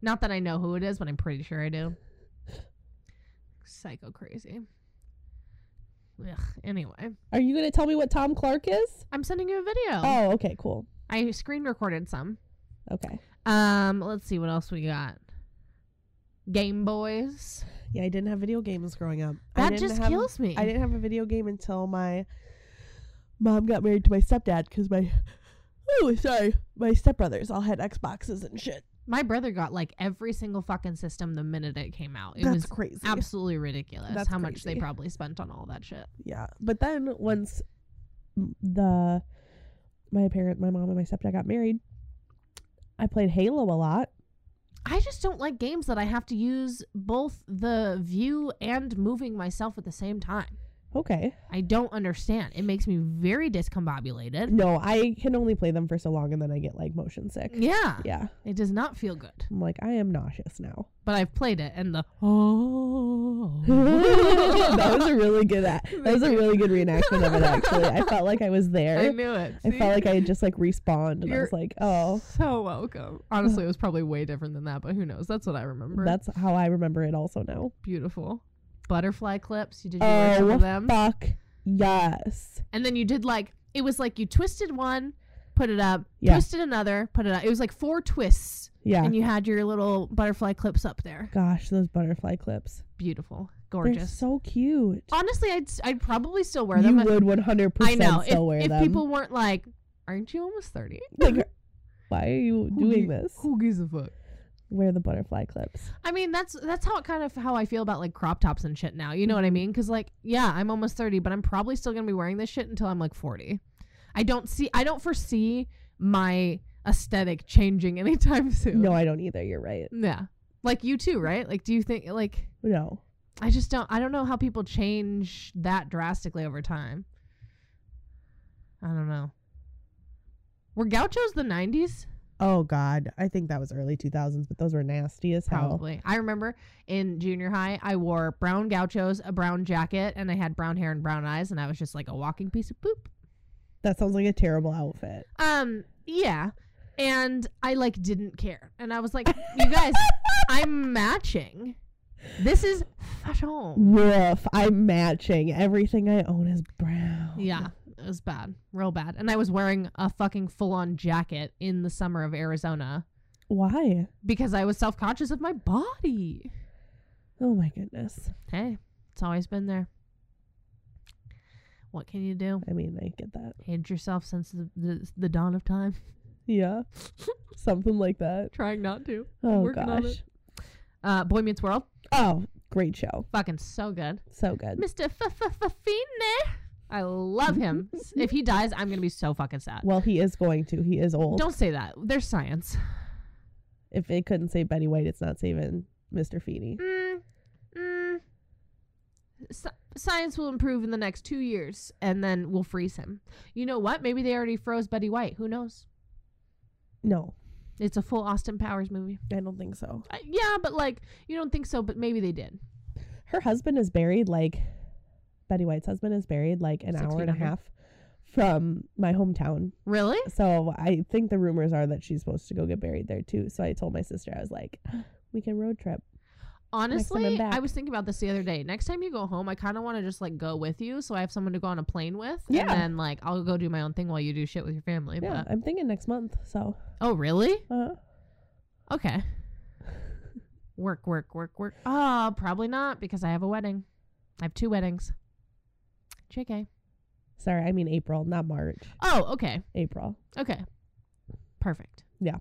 Speaker 3: Not that I know who it is, but I'm pretty sure I do. Psycho crazy. Ugh. Anyway,
Speaker 4: Are you going to tell me what Tom Clark is?
Speaker 3: I'm sending you a video.
Speaker 4: Oh, okay, cool.
Speaker 3: I screen recorded some.
Speaker 4: Okay.
Speaker 3: Um, let's see what else we got. Game Boys.
Speaker 4: Yeah, I didn't have video games growing up. I
Speaker 3: That
Speaker 4: didn't
Speaker 3: just
Speaker 4: have-
Speaker 3: kills me.
Speaker 4: I didn't have a video game until my mom got married to my stepdad because my oh sorry my stepbrothers all had Xboxes and shit.
Speaker 3: My brother got like every single fucking system the minute it came out. It
Speaker 4: That's
Speaker 3: was
Speaker 4: crazy.
Speaker 3: absolutely ridiculous
Speaker 4: That's
Speaker 3: how much they
Speaker 4: crazy.
Speaker 3: probably spent on all that shit.
Speaker 4: yeah, but then once m- the my parent, my mom, and my stepdad got married, I played Halo a lot.
Speaker 3: I just don't like games that I have to use both the view and moving myself at the same time.
Speaker 4: Okay,
Speaker 3: I don't understand. It makes me very discombobulated.
Speaker 4: no, I can only play them for so long, and then I get like motion sick.
Speaker 3: Yeah.
Speaker 4: yeah.
Speaker 3: It does not feel good.
Speaker 4: I'm like, I am nauseous now.
Speaker 3: But I've played it and the
Speaker 4: that was
Speaker 3: oh
Speaker 4: a really good. That was a really good reenactment of it. Actually, I felt like I was there.
Speaker 3: I knew it.
Speaker 4: I
Speaker 3: See?
Speaker 4: felt like I had just like respawned and I
Speaker 3: You're-
Speaker 4: was like, oh,
Speaker 3: So welcome. Honestly, it was probably way different than that, but who knows? That's what I remember.
Speaker 4: that's how I remember it also now.
Speaker 3: beautiful. Butterfly clips. You did your worship
Speaker 4: Oh,
Speaker 3: of them.
Speaker 4: fuck. Yes.
Speaker 3: and then you did like it was like you twisted one, put it up,
Speaker 4: Yeah.
Speaker 3: twisted another, put it up. It was like four twists,
Speaker 4: Yeah.
Speaker 3: and you had your little butterfly clips up there.
Speaker 4: Gosh, those butterfly clips.
Speaker 3: Beautiful,
Speaker 4: They're
Speaker 3: gorgeous.
Speaker 4: so cute.
Speaker 3: Honestly, I'd s- I'd probably still wear
Speaker 4: You
Speaker 3: them.
Speaker 4: would 100%
Speaker 3: I know if,
Speaker 4: still wear
Speaker 3: if
Speaker 4: them.
Speaker 3: people weren't like, "Aren't you almost 30?
Speaker 4: Like, why are you
Speaker 3: Who
Speaker 4: doing
Speaker 3: gi-
Speaker 4: this?
Speaker 3: Who gives a fuck?
Speaker 4: Wear the butterfly clips.
Speaker 3: I mean, that's that's how kind of how I feel about like crop tops and shit now. You know what I mean? Because like, yeah, I'm almost thirty, but I'm probably still gonna be wearing this shit until I'm like forty. I don't see, I don't foresee my aesthetic changing anytime soon.
Speaker 4: No, I don't either. You're right.
Speaker 3: yeah, like you too, right? Like, do you think like
Speaker 4: No.
Speaker 3: I just don't, I don't know how people change that drastically over time. I don't know. Were gauchos the '90s?
Speaker 4: Oh, God. I think that was early 2000s, but those were nasty as hell.
Speaker 3: Probably. I remember in junior high, I wore brown gauchos, a brown jacket, and I had brown hair and brown eyes, and I was just like a walking piece of poop.
Speaker 4: That sounds like a terrible outfit.
Speaker 3: Um, yeah. And I like didn't care. And I was like, you guys, I'm matching. This is fashion.
Speaker 4: Woof. I'm matching. Everything I own is brown.
Speaker 3: Yeah, it was bad, real bad. And I was wearing a fucking full on jacket in the summer of Arizona
Speaker 4: Why?
Speaker 3: because I was self conscious of my body.
Speaker 4: Oh, my goodness.
Speaker 3: Hey, it's always been there. What can you do?
Speaker 4: I mean, I get that.
Speaker 3: hated yourself since the, the, the dawn of time.
Speaker 4: Yeah. Something like that.
Speaker 3: Trying not to.
Speaker 4: Oh
Speaker 3: working on
Speaker 4: gosh.
Speaker 3: Uh, Boy Meets World,
Speaker 4: Oh, great show.
Speaker 3: fucking so good.
Speaker 4: So good.
Speaker 3: Mr. Fafine, I love him. S- if he dies, I'm gonna be so fucking sad.
Speaker 4: Well, he is going to. He is old.
Speaker 3: Don't say that. There's science.
Speaker 4: If it couldn't save Betty White, it's not saving Mr. Feeney.
Speaker 3: Mm, mm. Sci science will improve in the next two years, and then we'll freeze him. You know what? Maybe they already froze Betty White. Who knows?
Speaker 4: No,
Speaker 3: It's a full Austin Powers movie.
Speaker 4: I don't think so.
Speaker 3: Uh, yeah, but like you don't think so, but maybe they did.
Speaker 4: Her husband is buried like Betty White's husband is buried like an
Speaker 3: Six
Speaker 4: hour
Speaker 3: feet
Speaker 4: and a
Speaker 3: under.
Speaker 4: half from my hometown.
Speaker 3: Really?
Speaker 4: So I think the rumors are that she's supposed to go get buried there too. So I told my sister, I was like, we can road trip.
Speaker 3: Honestly,
Speaker 4: back.
Speaker 3: I was thinking about this the other day. Next time you go home, I kind of want to just like go with you, so I have someone to go on a plane with.
Speaker 4: Yeah.
Speaker 3: And then like I'll go do my own thing while you do shit with your family.
Speaker 4: Yeah,
Speaker 3: But
Speaker 4: I'm thinking next month. So,
Speaker 3: oh really?
Speaker 4: uh,
Speaker 3: Okay. work, work, work, work. Oh, probably not because I have a wedding. I have two weddings. JK.
Speaker 4: sorry, I mean April, not March.
Speaker 3: Oh, okay.
Speaker 4: April.
Speaker 3: Okay. Perfect.
Speaker 4: Yeah.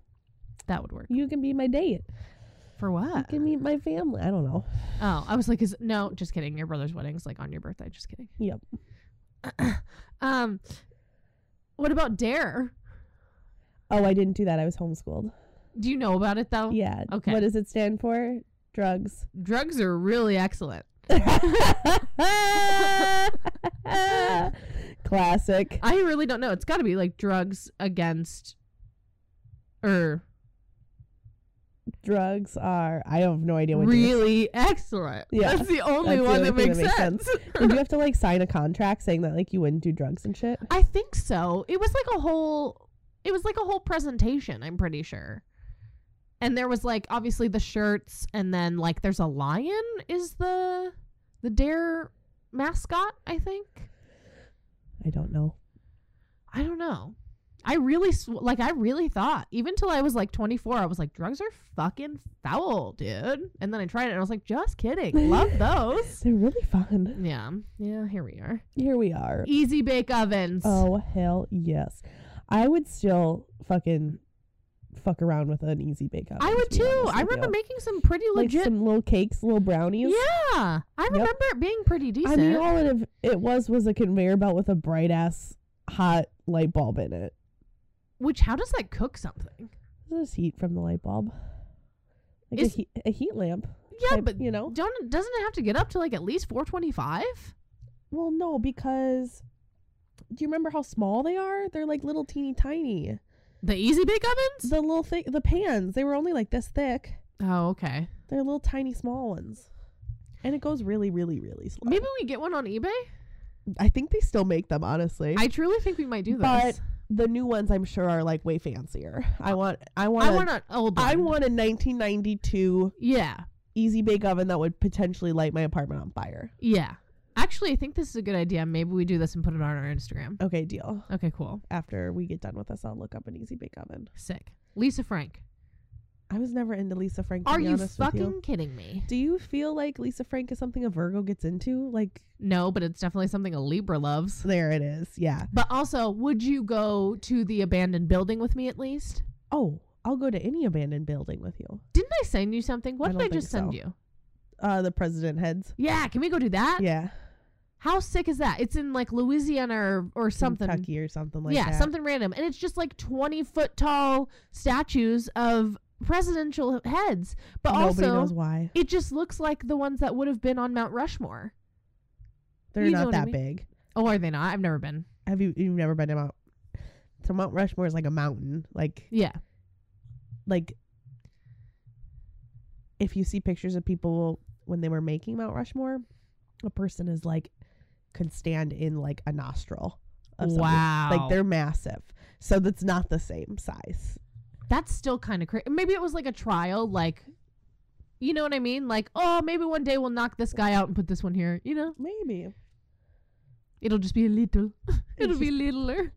Speaker 3: That would work.
Speaker 4: You can be my date.
Speaker 3: For
Speaker 4: You
Speaker 3: what?
Speaker 4: can meet my family. I don't know.
Speaker 3: Oh, I was like, is no, just kidding. Your brother's wedding's like on your birthday. Just kidding.
Speaker 4: Yep.
Speaker 3: um, what about Dare?
Speaker 4: Oh, I didn't do that. I was homeschooled.
Speaker 3: Do you know about it though?
Speaker 4: Yeah.
Speaker 3: Oh, okay.
Speaker 4: What does it stand for? Drugs.
Speaker 3: Drugs are really excellent.
Speaker 4: Classic.
Speaker 3: I really don't know. It's got to be like drugs against, or
Speaker 4: Drugs are. I have no idea what. it is.
Speaker 3: really excellent.
Speaker 4: Yeah,
Speaker 3: that's the only
Speaker 4: that's the
Speaker 3: one
Speaker 4: only
Speaker 3: that
Speaker 4: thing
Speaker 3: makes, sense.
Speaker 4: Did you have to like sign a contract saying that like you wouldn't do drugs and shit?
Speaker 3: I think so. It was like a whole it was like a whole presentation, I'm pretty sure. And there was like obviously the shirts and then like there's a lion is the the dare mascot, I think.
Speaker 4: I don't know.
Speaker 3: I don't know. I really sw- like I really thought even till I was like 24 I was like drugs are fucking foul, dude. And then I tried it and I was like just kidding. Love those.
Speaker 4: They're really fun.
Speaker 3: yeah. Yeah, here we are.
Speaker 4: Here we are.
Speaker 3: Easy bake ovens.
Speaker 4: Oh hell yes. I would still fucking fuck around with an easy bake oven.
Speaker 3: I
Speaker 4: to
Speaker 3: would
Speaker 4: be
Speaker 3: too.
Speaker 4: honest
Speaker 3: I
Speaker 4: with
Speaker 3: remember
Speaker 4: you.
Speaker 3: making some pretty
Speaker 4: like
Speaker 3: legit
Speaker 4: some little cakes, little brownies.
Speaker 3: Yeah, I remember it being pretty
Speaker 4: I
Speaker 3: decent.
Speaker 4: mean, all it ev- it was was a conveyor belt with a bright ass hot light bulb in it.
Speaker 3: Which how does that cook something?
Speaker 4: This heat from the light bulb, like a,
Speaker 3: Is-
Speaker 4: heat, a heat lamp.
Speaker 3: Yeah,
Speaker 4: type,
Speaker 3: but
Speaker 4: you know,
Speaker 3: don't doesn't it have to get up to like at least four twenty five?
Speaker 4: well, no, because do you remember how small they are? They're like little teeny tiny.
Speaker 3: The easy bake ovens.
Speaker 4: The little thing, the pans, they were only like this thick.
Speaker 3: Oh, okay.
Speaker 4: They're little tiny small ones. And it goes really, really, really slow.
Speaker 3: Maybe we get one on eBay.
Speaker 4: I think they still make them, honestly.
Speaker 3: I truly think we might do this.
Speaker 4: But the new ones I'm sure are like way fancier. I want I want
Speaker 3: I
Speaker 4: a-
Speaker 3: want an old.
Speaker 4: I
Speaker 3: one.
Speaker 4: want a 1992
Speaker 3: Yeah,
Speaker 4: easy bake oven that would potentially light my apartment on fire.
Speaker 3: yeah. Actually, I think this is a good idea. Maybe we do this and put it on our Instagram.
Speaker 4: Okay, deal.
Speaker 3: Okay, cool.
Speaker 4: After we get done with this, I'll look up an easy bake oven.
Speaker 3: Sick. Lisa Frank.
Speaker 4: I was never into Lisa Frank. To
Speaker 3: Are
Speaker 4: be
Speaker 3: you
Speaker 4: honest with
Speaker 3: fucking kidding me?
Speaker 4: Do you feel like Lisa Frank is something a Virgo gets into? Like
Speaker 3: No, but it's definitely something a Libra loves.
Speaker 4: there it is. Yeah.
Speaker 3: But also, would you go to the abandoned building with me at least?
Speaker 4: Oh, I'll go to any abandoned building with you.
Speaker 3: Didn't I send you something? What
Speaker 4: I
Speaker 3: did
Speaker 4: don't
Speaker 3: I just
Speaker 4: think
Speaker 3: send
Speaker 4: so.
Speaker 3: you?
Speaker 4: Uh, the president heads.
Speaker 3: Yeah, can we go do that?
Speaker 4: Yeah.
Speaker 3: How sick is that? It's in like Louisiana or, or something.
Speaker 4: Kentucky or something like
Speaker 3: yeah,
Speaker 4: that.
Speaker 3: something random. And it's just like 20 foot tall statues of presidential heads. But
Speaker 4: Nobody
Speaker 3: also,
Speaker 4: knows why.
Speaker 3: it just looks like the ones that would have been on Mount Rushmore.
Speaker 4: They're
Speaker 3: you know
Speaker 4: not
Speaker 3: what I
Speaker 4: that
Speaker 3: mean.
Speaker 4: big.
Speaker 3: Oh, are they not? I've never been.
Speaker 4: Have you? You've never been to Mount? So Mount Rushmore is like a mountain. Like
Speaker 3: Yeah.
Speaker 4: like. If you see pictures of people when they were making Mount Rushmore, a person is like, could stand in like a nostril. Of something.
Speaker 3: Wow.
Speaker 4: Like they're massive. So that's not the same size.
Speaker 3: That's still kind of crazy. Maybe it was like a trial, like, you know what I mean? Like, oh, maybe one day we'll knock this guy out and put this one here. You know,
Speaker 4: Maybe.
Speaker 3: it'll just be a little. It'll be littler.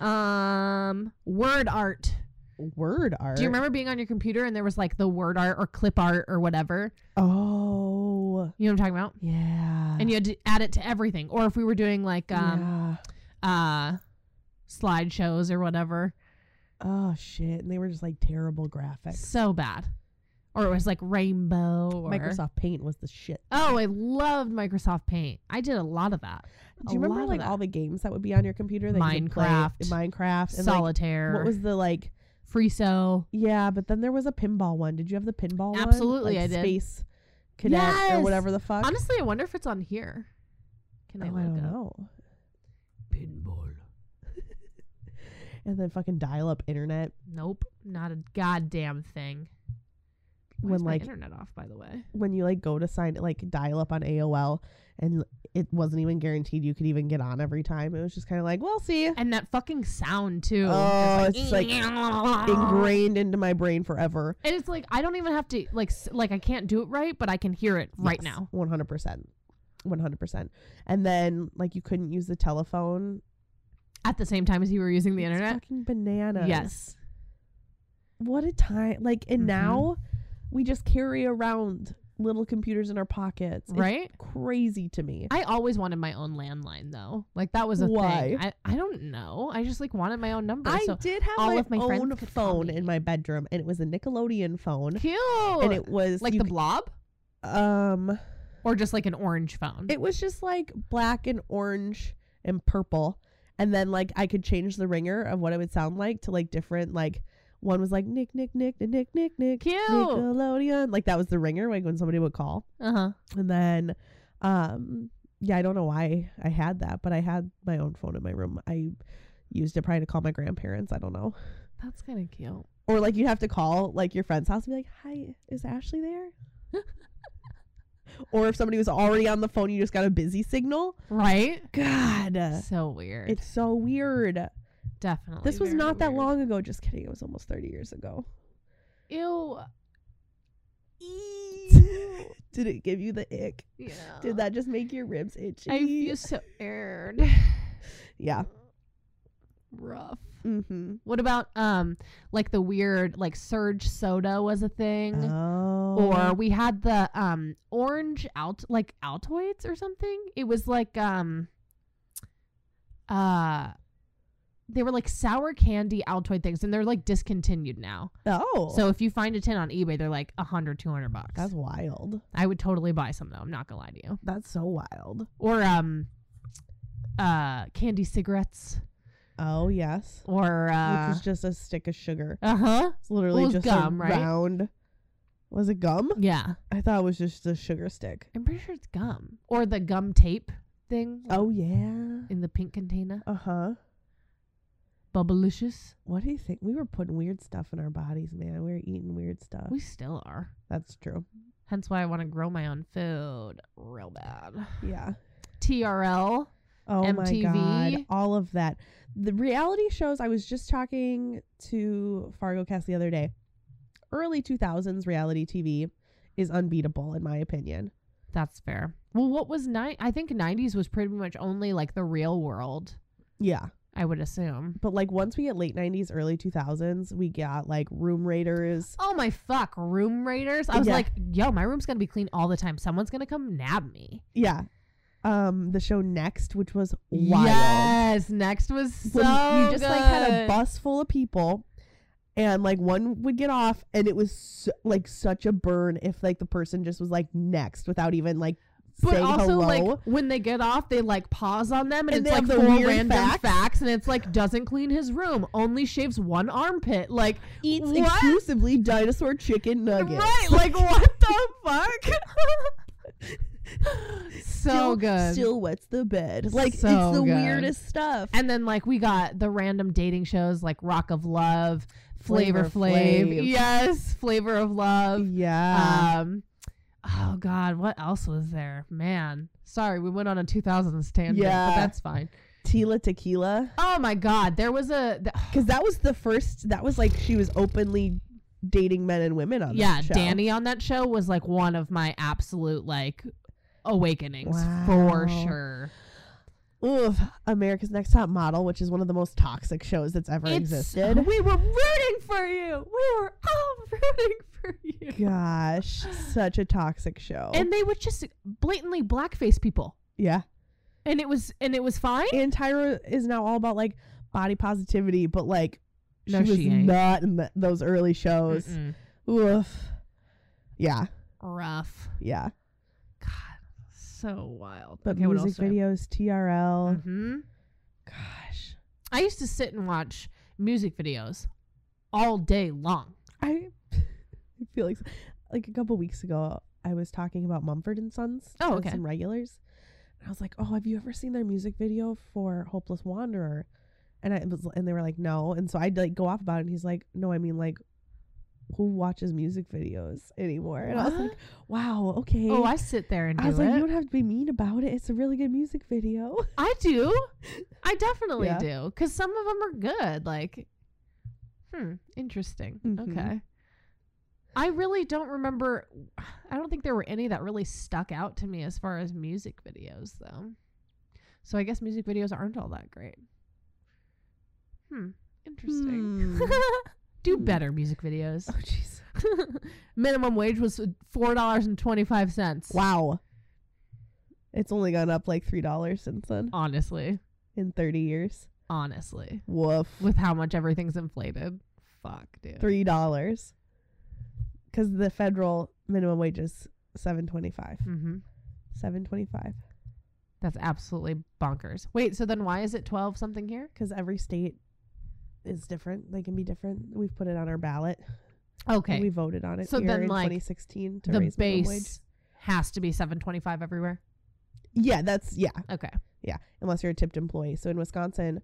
Speaker 3: Um, word art.
Speaker 4: Word art.
Speaker 3: Do you remember being on your computer and there was like the word art or clip art or whatever?
Speaker 4: Oh.
Speaker 3: You know what I'm talking about?
Speaker 4: Yeah.
Speaker 3: And you um, had to add it to everything. Or if we were doing like um uh slideshows or whatever.
Speaker 4: Oh shit! And they were just like terrible graphics.
Speaker 3: So bad. Or it was like rainbow or
Speaker 4: Microsoft Paint was the shit.
Speaker 3: Oh, I loved Microsoft Paint. I did a lot of that.
Speaker 4: Do you
Speaker 3: a lot
Speaker 4: remember
Speaker 3: of
Speaker 4: like
Speaker 3: that.
Speaker 4: all the games that would be on your computer? That you could play?
Speaker 3: Minecraft.
Speaker 4: Minecraft, and, like,
Speaker 3: Solitaire.
Speaker 4: what was the like?
Speaker 3: free so?
Speaker 4: Yeah, but then there was a pinball one. Did you have the pinball one?
Speaker 3: Absolutely,
Speaker 4: Like,
Speaker 3: I did.
Speaker 4: Space cadet or
Speaker 3: Yes!
Speaker 4: whatever the fuck.
Speaker 3: Honestly, I wonder if it's on here. Can
Speaker 4: Oh,
Speaker 3: I
Speaker 4: I
Speaker 3: look
Speaker 4: don't
Speaker 3: up?
Speaker 4: know.
Speaker 3: Pinball.
Speaker 4: And then fucking dial up internet.
Speaker 3: Nope, not a goddamn thing. Why
Speaker 4: When,
Speaker 3: is my
Speaker 4: like-
Speaker 3: internet off, by the way.
Speaker 4: when you like go to sign like dial up on AOL and l- it wasn't even guaranteed you could even get on every time. It was just kind of like, well, see.
Speaker 3: And that fucking sound too.
Speaker 4: Oh, it's like
Speaker 3: and
Speaker 4: ingrained into my brain forever.
Speaker 3: it's like I don't even have to like s- like I can't do it right, but I can hear it right
Speaker 4: Yes,
Speaker 3: now.
Speaker 4: 100%. 100%. And then like you couldn't use the telephone.
Speaker 3: At the same time as you were using the
Speaker 4: It's
Speaker 3: internet.
Speaker 4: fucking bananas.
Speaker 3: Yes.
Speaker 4: What a time. Like and
Speaker 3: Mhm.
Speaker 4: now we just carry around little computers in our pockets. It's
Speaker 3: Right?
Speaker 4: crazy to me.
Speaker 3: I always wanted my own landline though. Like that was a
Speaker 4: Why?
Speaker 3: thing. I, I don't know. I just like wanted my own number.
Speaker 4: I
Speaker 3: so
Speaker 4: did have
Speaker 3: all
Speaker 4: my,
Speaker 3: of my friends
Speaker 4: own
Speaker 3: could call
Speaker 4: phone
Speaker 3: me.
Speaker 4: in my bedroom, and it was a Nickelodeon phone,
Speaker 3: cute.
Speaker 4: and it was
Speaker 3: like
Speaker 4: you
Speaker 3: the
Speaker 4: c-
Speaker 3: blob
Speaker 4: um,
Speaker 3: or just like an orange phone.
Speaker 4: it was just like black and orange and purple, and then like I could change the ringer of what it would sound like to like different like. One was like Nick, Nick, Nick, Nick, Nick, Nick, Nick,
Speaker 3: Cute.
Speaker 4: Nickelodeon. Like that was the ringer, like when somebody would call.
Speaker 3: uh-huh.
Speaker 4: And then, um, yeah, I don't know why I had that, but I had my own phone in my room. I used it probably to call my grandparents. I don't know.
Speaker 3: That's kind of cute.
Speaker 4: Or like you have to call like your friend's house and be like, "Hi, is Ashley there?" or if somebody was already on the phone, you just got a busy signal.
Speaker 3: Right?
Speaker 4: God,
Speaker 3: So weird.
Speaker 4: it's so weird.
Speaker 3: Definitely.
Speaker 4: this was
Speaker 3: very
Speaker 4: not that
Speaker 3: weird.
Speaker 4: long ago. Just kidding. It was almost thirty years ago.
Speaker 3: Ew.
Speaker 4: Did it give you the ick?
Speaker 3: Yeah.
Speaker 4: Did that just make your ribs itchy?
Speaker 3: I feel so aired.
Speaker 4: yeah.
Speaker 3: Rough.
Speaker 4: Mm-hmm.
Speaker 3: What about um like the weird like surge soda was a thing?
Speaker 4: Oh.
Speaker 3: or we had the um orange out like Altoids or something. It was like um uh they were like sour candy Altoid things and they're like discontinued now.
Speaker 4: oh,
Speaker 3: So if you find a tin on eBay, they're like 100 200 bucks.
Speaker 4: that's wild.
Speaker 3: I would totally buy some though. I'm not going to lie to you.
Speaker 4: That's so wild.
Speaker 3: Or um uh candy cigarettes
Speaker 4: Oh yes,
Speaker 3: or uh
Speaker 4: which is just a stick of sugar.
Speaker 3: uh-huh.
Speaker 4: It's literally
Speaker 3: was
Speaker 4: just
Speaker 3: gum,
Speaker 4: a
Speaker 3: right?
Speaker 4: round. Was it gum?
Speaker 3: Yeah.
Speaker 4: I thought it was just a sugar stick.
Speaker 3: I'm pretty sure it's gum or the gum tape thing
Speaker 4: Oh yeah.
Speaker 3: in the pink container.
Speaker 4: Uh huh.
Speaker 3: Bubblicious.
Speaker 4: What do you think? We were putting weird stuff in our bodies, man. We were eating weird stuff.
Speaker 3: We still are.
Speaker 4: That's true.
Speaker 3: Hence why I want to grow my own food real bad.
Speaker 4: Yeah.
Speaker 3: TRL.
Speaker 4: Oh my god.
Speaker 3: MTV.
Speaker 4: All of that. The reality shows I was just talking to Fargo Cast the other day. Early 2000s reality TV is unbeatable in my opinion.
Speaker 3: That's fair. Well, what was nine? I think 90s was pretty much only like the real world,
Speaker 4: Yeah.
Speaker 3: I would assume.
Speaker 4: But like once we get late 90s, early 2000s, we got like Room Raiders.
Speaker 3: Oh my fuck, room raiders. I was
Speaker 4: Yeah.
Speaker 3: like, yo, my room's going to be clean all the time. Someone's going to come nab me.
Speaker 4: Yeah. Um the show Next which was wild.
Speaker 3: Yes. Next was so.
Speaker 4: when you just like had a
Speaker 3: good.
Speaker 4: bus full of people and like one would get off and it was so, like such a burn if like the person just was like next without even like
Speaker 3: But
Speaker 4: saying
Speaker 3: also,
Speaker 4: hello
Speaker 3: like when they get off, they like pause on them, and,
Speaker 4: And they
Speaker 3: it's like
Speaker 4: have the
Speaker 3: four
Speaker 4: weird
Speaker 3: random
Speaker 4: facts.
Speaker 3: facts. and it's like doesn't clean his room, only shaves one armpit, like
Speaker 4: eats
Speaker 3: what?
Speaker 4: exclusively dinosaur chicken nuggets
Speaker 3: Right, like what the fuck? so
Speaker 4: still,
Speaker 3: good.
Speaker 4: still wets the bed like
Speaker 3: So
Speaker 4: it's the
Speaker 3: good.
Speaker 4: weirdest stuff
Speaker 3: and then like we got the random dating shows like Rock of Love, Flavor,
Speaker 4: Flavor
Speaker 3: Flav.
Speaker 4: Flav.
Speaker 3: Yes, Flavor of Love.
Speaker 4: yeah
Speaker 3: Um Oh god, what else was there? Man. Sorry, we went on a 2000s tangent,
Speaker 4: Yeah.
Speaker 3: but that's fine.
Speaker 4: tila tequila
Speaker 3: Oh my god, there was a th-
Speaker 4: because that was the first that was like she was openly dating men and women on
Speaker 3: yeah,
Speaker 4: that show.
Speaker 3: Danny on that show was like one of my absolute like awakenings for
Speaker 4: Wow.
Speaker 3: sure.
Speaker 4: Oof, America's Next Top Model, which is one of the most toxic shows that's ever
Speaker 3: It's-
Speaker 4: existed.
Speaker 3: We were rooting for you. We were all rooting for you.
Speaker 4: Gosh, such a toxic show.
Speaker 3: And they would just blatantly blackface people,
Speaker 4: yeah.
Speaker 3: and it was and it was fine.
Speaker 4: And Tyra is now all about like body positivity, but like
Speaker 3: No,
Speaker 4: she was
Speaker 3: she ain't.
Speaker 4: not in th- those early shows.
Speaker 3: Mm-mm.
Speaker 4: Oof. Yeah,
Speaker 3: Rough.
Speaker 4: yeah.
Speaker 3: God, so wild.
Speaker 4: But
Speaker 3: okay, what else?
Speaker 4: music videos, TRL.
Speaker 3: hmm
Speaker 4: Gosh.
Speaker 3: I used to sit and watch music videos all day long.
Speaker 4: I I feel like like a couple weeks ago I was talking about Mumford and Sons.
Speaker 3: Oh,
Speaker 4: and
Speaker 3: okay.
Speaker 4: Some regulars. And I was like, "Oh, have you ever seen their music video for Hopeless Wanderer?" And I was, and they were like, "No." And so I'd like go off about it, and he's like, "No, I mean like who watches music videos anymore. And I was like, wow, okay.
Speaker 3: oh, I sit there and do
Speaker 4: I was like,
Speaker 3: it.
Speaker 4: you don't have to be mean about it. It's a really good music video.
Speaker 3: I do. I definitely
Speaker 4: Yeah.
Speaker 3: do. Because some of them are good. Like, hmm, interesting.
Speaker 4: Mhm.
Speaker 3: Okay. I really don't remember. I don't think there were any that really stuck out to me as far as music videos, though. So I guess music videos aren't all that great. Hmm, interesting.
Speaker 4: Hmm.
Speaker 3: do
Speaker 4: Hmm.
Speaker 3: better music videos.
Speaker 4: Oh, jeez.
Speaker 3: Minimum wage was $4.25.
Speaker 4: Wow. It's only gone up like $3 since then
Speaker 3: Honestly.
Speaker 4: in 30 years.
Speaker 3: Honestly.
Speaker 4: Woof.
Speaker 3: With how much everything's inflated. Fuck, dude.
Speaker 4: $3. Because the federal minimum wage is 725
Speaker 3: Mm-hmm.
Speaker 4: 725
Speaker 3: That's absolutely bonkers. Wait, so then why is it 12 something here?
Speaker 4: Because every state is different. They can be different. We've put it on our ballot.
Speaker 3: Okay.
Speaker 4: We voted on it
Speaker 3: So
Speaker 4: here
Speaker 3: then,
Speaker 4: in
Speaker 3: like,
Speaker 4: 2016 to
Speaker 3: the
Speaker 4: raise minimum wage.
Speaker 3: base has to be 725 everywhere.
Speaker 4: Yeah, that's yeah.
Speaker 3: Okay.
Speaker 4: Unless you're a tipped employee. So in Wisconsin,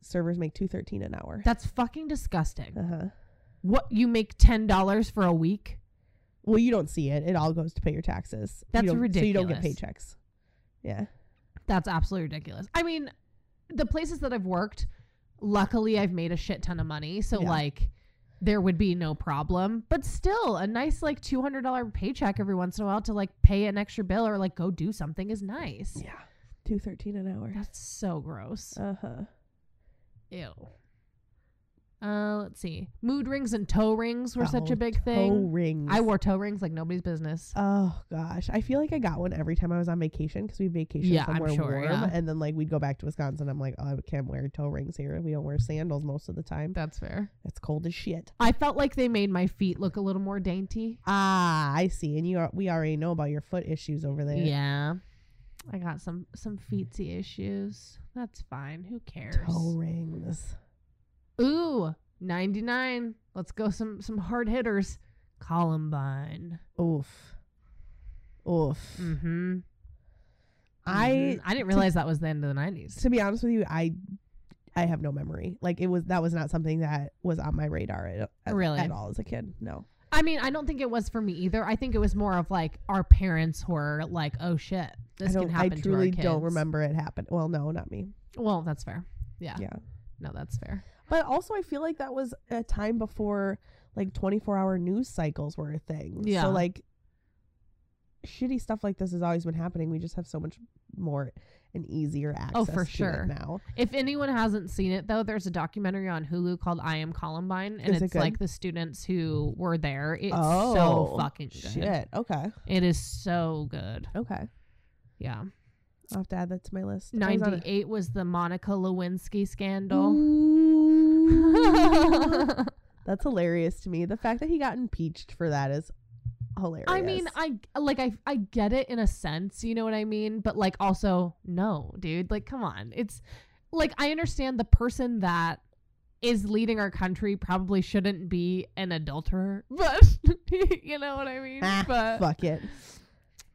Speaker 4: servers make two thirteen an hour.
Speaker 3: That's fucking disgusting.
Speaker 4: Uh huh.
Speaker 3: What you make $10 for a week?
Speaker 4: Well, you don't see it. It all goes to pay your taxes. You
Speaker 3: That's
Speaker 4: don't- So you don't get
Speaker 3: ridiculous.
Speaker 4: paychecks. Yeah.
Speaker 3: That's absolutely ridiculous. I mean, the places that I've worked, luckily I've made a shit ton of money, so
Speaker 4: Yeah.
Speaker 3: like there would be no problem. But still, a nice like $200 paycheck every once in a while to like pay an extra bill or like go do something is nice.
Speaker 4: Yeah. Two thirteen an hour.
Speaker 3: That's so gross.
Speaker 4: Uh huh.
Speaker 3: Ew. Uh, let's see. Mood rings and toe rings were such a big
Speaker 4: Oh, Toe
Speaker 3: thing.
Speaker 4: rings.
Speaker 3: I wore toe rings like nobody's business.
Speaker 4: Oh gosh, I feel like I got one every time I was on vacation because we vacationed
Speaker 3: Yeah, I'm
Speaker 4: somewhere
Speaker 3: sure,
Speaker 4: warm,
Speaker 3: yeah.
Speaker 4: and then like we'd go back to Wisconsin. I'm like, oh, I can't wear toe rings here. We don't wear sandals most of the time.
Speaker 3: That's fair.
Speaker 4: It's cold as shit.
Speaker 3: I felt like they made my feet look a little more dainty.
Speaker 4: Ah, I see. And you, are, we already know about your foot issues over there.
Speaker 3: Yeah. I got some some feetsy issues. That's fine. Who cares?
Speaker 4: Toe rings.
Speaker 3: Ooh, 99. Let's go some some hard hitters. Columbine.
Speaker 4: Oof. Oof.
Speaker 3: Mm-hmm.
Speaker 4: I
Speaker 3: I didn't realize that was the end of the 90s.
Speaker 4: to be honest with you, I I have no memory. Like it was that was not something that was on my radar at, at,
Speaker 3: Really?
Speaker 4: at all as a kid. No.
Speaker 3: I mean, I don't think it was for me either. I think it was more of like our parents were like, "Oh shit, this
Speaker 4: I
Speaker 3: can
Speaker 4: don't
Speaker 3: happen
Speaker 4: I
Speaker 3: to our
Speaker 4: truly
Speaker 3: kids."
Speaker 4: don't remember it happened. Well, no, not me.
Speaker 3: Well, that's fair. Yeah.
Speaker 4: Yeah.
Speaker 3: No, that's fair.
Speaker 4: But also I feel like that was a time before like 24-hour news cycles were a thing.
Speaker 3: Yeah.
Speaker 4: So like shitty stuff like this has always been happening. We just have so much more and easier access
Speaker 3: Oh, for
Speaker 4: to it
Speaker 3: sure.
Speaker 4: now.
Speaker 3: If anyone hasn't seen it though, there's a documentary on Hulu called "I Am Columbine," and
Speaker 4: Is it
Speaker 3: it's
Speaker 4: good?
Speaker 3: like the students who were there. It's so
Speaker 4: Oh,
Speaker 3: fucking good.
Speaker 4: Shit. Okay.
Speaker 3: It is so good.
Speaker 4: Okay.
Speaker 3: Yeah.
Speaker 4: I'll have to add that to my list. I was on a-
Speaker 3: Ninety eight was the Monica Lewinsky scandal.
Speaker 4: Ooh. That's hilarious to me. The fact that he got impeached for that is hilarious.
Speaker 3: I mean, I like I I get it in a sense, you know what I mean? But like also, no, dude. Like come on. It's like I understand the person that is leading our country probably shouldn't be an adulterer, but you know what I mean?
Speaker 4: Ah,
Speaker 3: but
Speaker 4: fuck it.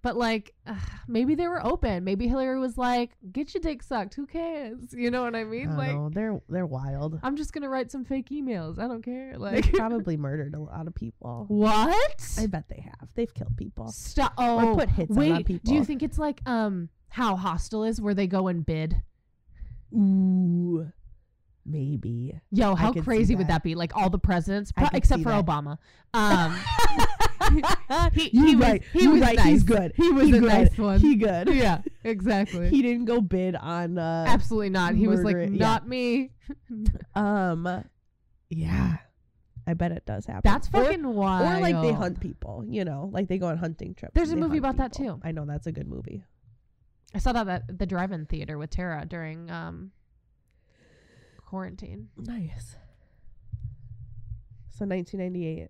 Speaker 3: but like ugh, maybe they were open. Maybe Hillary was like, "Get your dick sucked. Who cares?" You know what I
Speaker 4: I
Speaker 3: mean?
Speaker 4: don't
Speaker 3: like
Speaker 4: know. They're they're wild.
Speaker 3: I'm just going to write some fake emails. I don't care.
Speaker 4: They
Speaker 3: Like
Speaker 4: probably murdered a lot of people.
Speaker 3: what?
Speaker 4: I bet they have. They've killed people.
Speaker 3: Stop. Oh,
Speaker 4: put hits out on
Speaker 3: wait. Do you
Speaker 4: people.
Speaker 3: think it's like um how hostile is where they go and bid?
Speaker 4: Ooh, maybe.
Speaker 3: Yo, how
Speaker 4: could see
Speaker 3: crazy would
Speaker 4: that.
Speaker 3: that be? Like all the presidents,
Speaker 4: I
Speaker 3: pro-
Speaker 4: could
Speaker 3: except
Speaker 4: see
Speaker 3: for
Speaker 4: that.
Speaker 3: Obama. Um, he,
Speaker 4: You
Speaker 3: he
Speaker 4: right.
Speaker 3: was, he
Speaker 4: you
Speaker 3: was
Speaker 4: right.
Speaker 3: nice.
Speaker 4: He's good. He was
Speaker 3: He's a
Speaker 4: good.
Speaker 3: nice one.
Speaker 4: He good.
Speaker 3: Yeah, exactly.
Speaker 4: He didn't go bid on. Uh,
Speaker 3: Absolutely not. He was like,
Speaker 4: Murder- yeah.
Speaker 3: not me.
Speaker 4: um, yeah. I bet it does happen.
Speaker 3: That's
Speaker 4: Or-
Speaker 3: fucking wild.
Speaker 4: Or like they hunt people, you know, like they go on hunting trips.
Speaker 3: There's
Speaker 4: and
Speaker 3: a
Speaker 4: they
Speaker 3: movie
Speaker 4: hunt
Speaker 3: about that
Speaker 4: people.
Speaker 3: too.
Speaker 4: I know that's a good movie.
Speaker 3: I saw that at the drive-in theater with Tara during um quarantine.
Speaker 4: Nice. So 1998,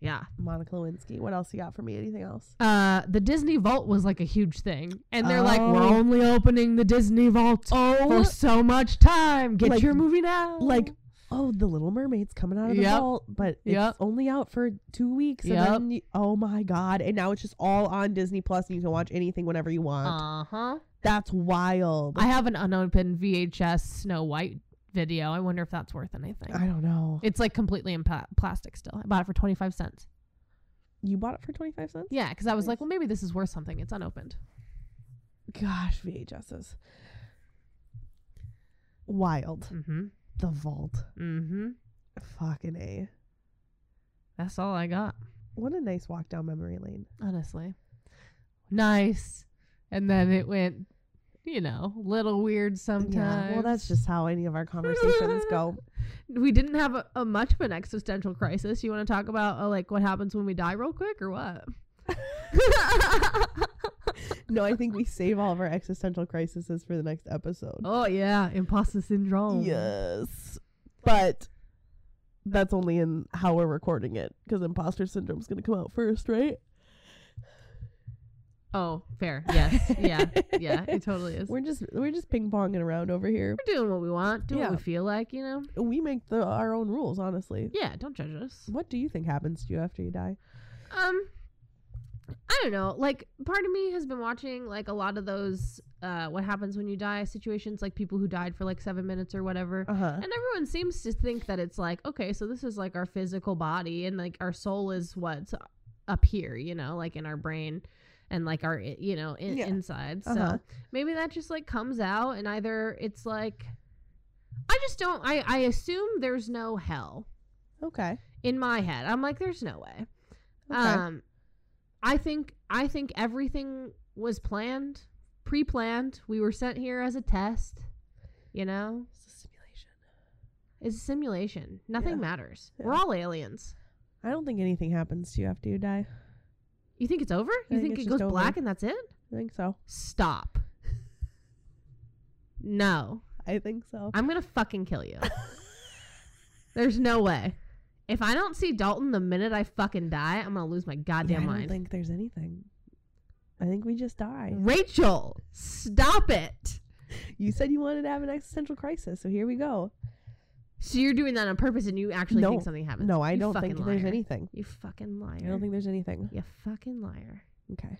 Speaker 3: Yeah.
Speaker 4: Monica Lewinsky. What else you got for me? Anything else?
Speaker 3: Uh, the Disney Vault was like a huge thing, and they're like, "We're
Speaker 4: Oh.
Speaker 3: only opening the Disney Vault
Speaker 4: Oh.
Speaker 3: for so much time. Get
Speaker 4: Like-
Speaker 3: your movie now."
Speaker 4: Like, oh, The Little Mermaid's coming out of the
Speaker 3: Yep.
Speaker 4: vault, but it's
Speaker 3: Yep.
Speaker 4: only out for two weeks. And
Speaker 3: Yep.
Speaker 4: then you, oh my god! And now it's just all on Disney Plus, and you can watch anything whenever you want.
Speaker 3: uh huh.
Speaker 4: That's wild.
Speaker 3: I have an unopened VHS Snow White video. I wonder if that's worth anything.
Speaker 4: I don't know.
Speaker 3: it's like completely in pla- plastic still. I bought it for 25 cents.
Speaker 4: You bought it for 25 cents?
Speaker 3: Yeah, because I was like,
Speaker 4: Nice.
Speaker 3: well, maybe this is worth something. It's unopened.
Speaker 4: Gosh, VHSs. Wild.
Speaker 3: Mm-hmm.
Speaker 4: The vault.
Speaker 3: Mm-hmm.
Speaker 4: Fucking A.
Speaker 3: That's all I got,
Speaker 4: What a nice walk down memory lane.
Speaker 3: honestly. Nice. And then it went, you know, little weird sometimes.
Speaker 4: Yeah. Well, that's just how any of our conversations go.
Speaker 3: we didn't have a, a much of an existential crisis. You want to talk about uh, like what happens when we die, real quick, or what?
Speaker 4: No, I think we save all of our existential crises for the next episode.
Speaker 3: oh yeah, imposter syndrome.
Speaker 4: Yes. But that's only in how we're recording it because imposter syndrome's going to come out first, right?
Speaker 3: Oh, fair. Yes. Yeah. yeah. It totally is. We're
Speaker 4: We're just we're just ping-ponging around over here.
Speaker 3: doing what we want, doing
Speaker 4: Yeah.
Speaker 3: what we feel like, you know.
Speaker 4: We make the our own rules, honestly.
Speaker 3: Yeah. Don't judge us.
Speaker 4: What do you think happens to you after you die?
Speaker 3: Um, I don't know. Like, part of me has been watching like a lot of those uh, what happens when you die situations, like people who died for like seven minutes or whatever.
Speaker 4: Uh-huh.
Speaker 3: And everyone seems to think that it's like, okay, so this is like our physical body and like our soul is what's up here, you know, like in our brain and like our, i- you know, in-
Speaker 4: Yeah.
Speaker 3: inside.
Speaker 4: Uh-huh.
Speaker 3: So maybe that just like comes out and either it's like, I just don't, I, I assume there's no hell
Speaker 4: Okay.
Speaker 3: in my head. I'm like, there's no way.
Speaker 4: Okay.
Speaker 3: Um, I think, I think everything was planned, pre planned. We were sent here as a test, you know?
Speaker 4: It's a simulation.
Speaker 3: It's a simulation. Nothing
Speaker 4: Yeah.
Speaker 3: matters.
Speaker 4: Yeah.
Speaker 3: We're all aliens.
Speaker 4: I don't think anything happens to you after you die.
Speaker 3: You think it's over? You
Speaker 4: think
Speaker 3: think,
Speaker 4: it's
Speaker 3: it
Speaker 4: just
Speaker 3: goes black
Speaker 4: over.
Speaker 3: and that's it?
Speaker 4: I think so.
Speaker 3: Stop. No.
Speaker 4: I think so.
Speaker 3: I'm going to fucking kill you. There's no way. If I don't see Dalton the minute I fucking die, I'm going to lose my
Speaker 4: Yeah, I
Speaker 3: goddamn
Speaker 4: don't
Speaker 3: mind. Mm-hmm.
Speaker 4: think there's anything. I think we just die.
Speaker 3: Rachel, stop it.
Speaker 4: You said you wanted to have an existential crisis, so here we go.
Speaker 3: So you're doing that on purpose and you actually
Speaker 4: No.
Speaker 3: think something happens.
Speaker 4: No, I
Speaker 3: You
Speaker 4: don't
Speaker 3: fucking
Speaker 4: think there's
Speaker 3: liar.
Speaker 4: anything.
Speaker 3: You fucking liar.
Speaker 4: I don't think there's anything.
Speaker 3: you fucking liar.
Speaker 4: Okay.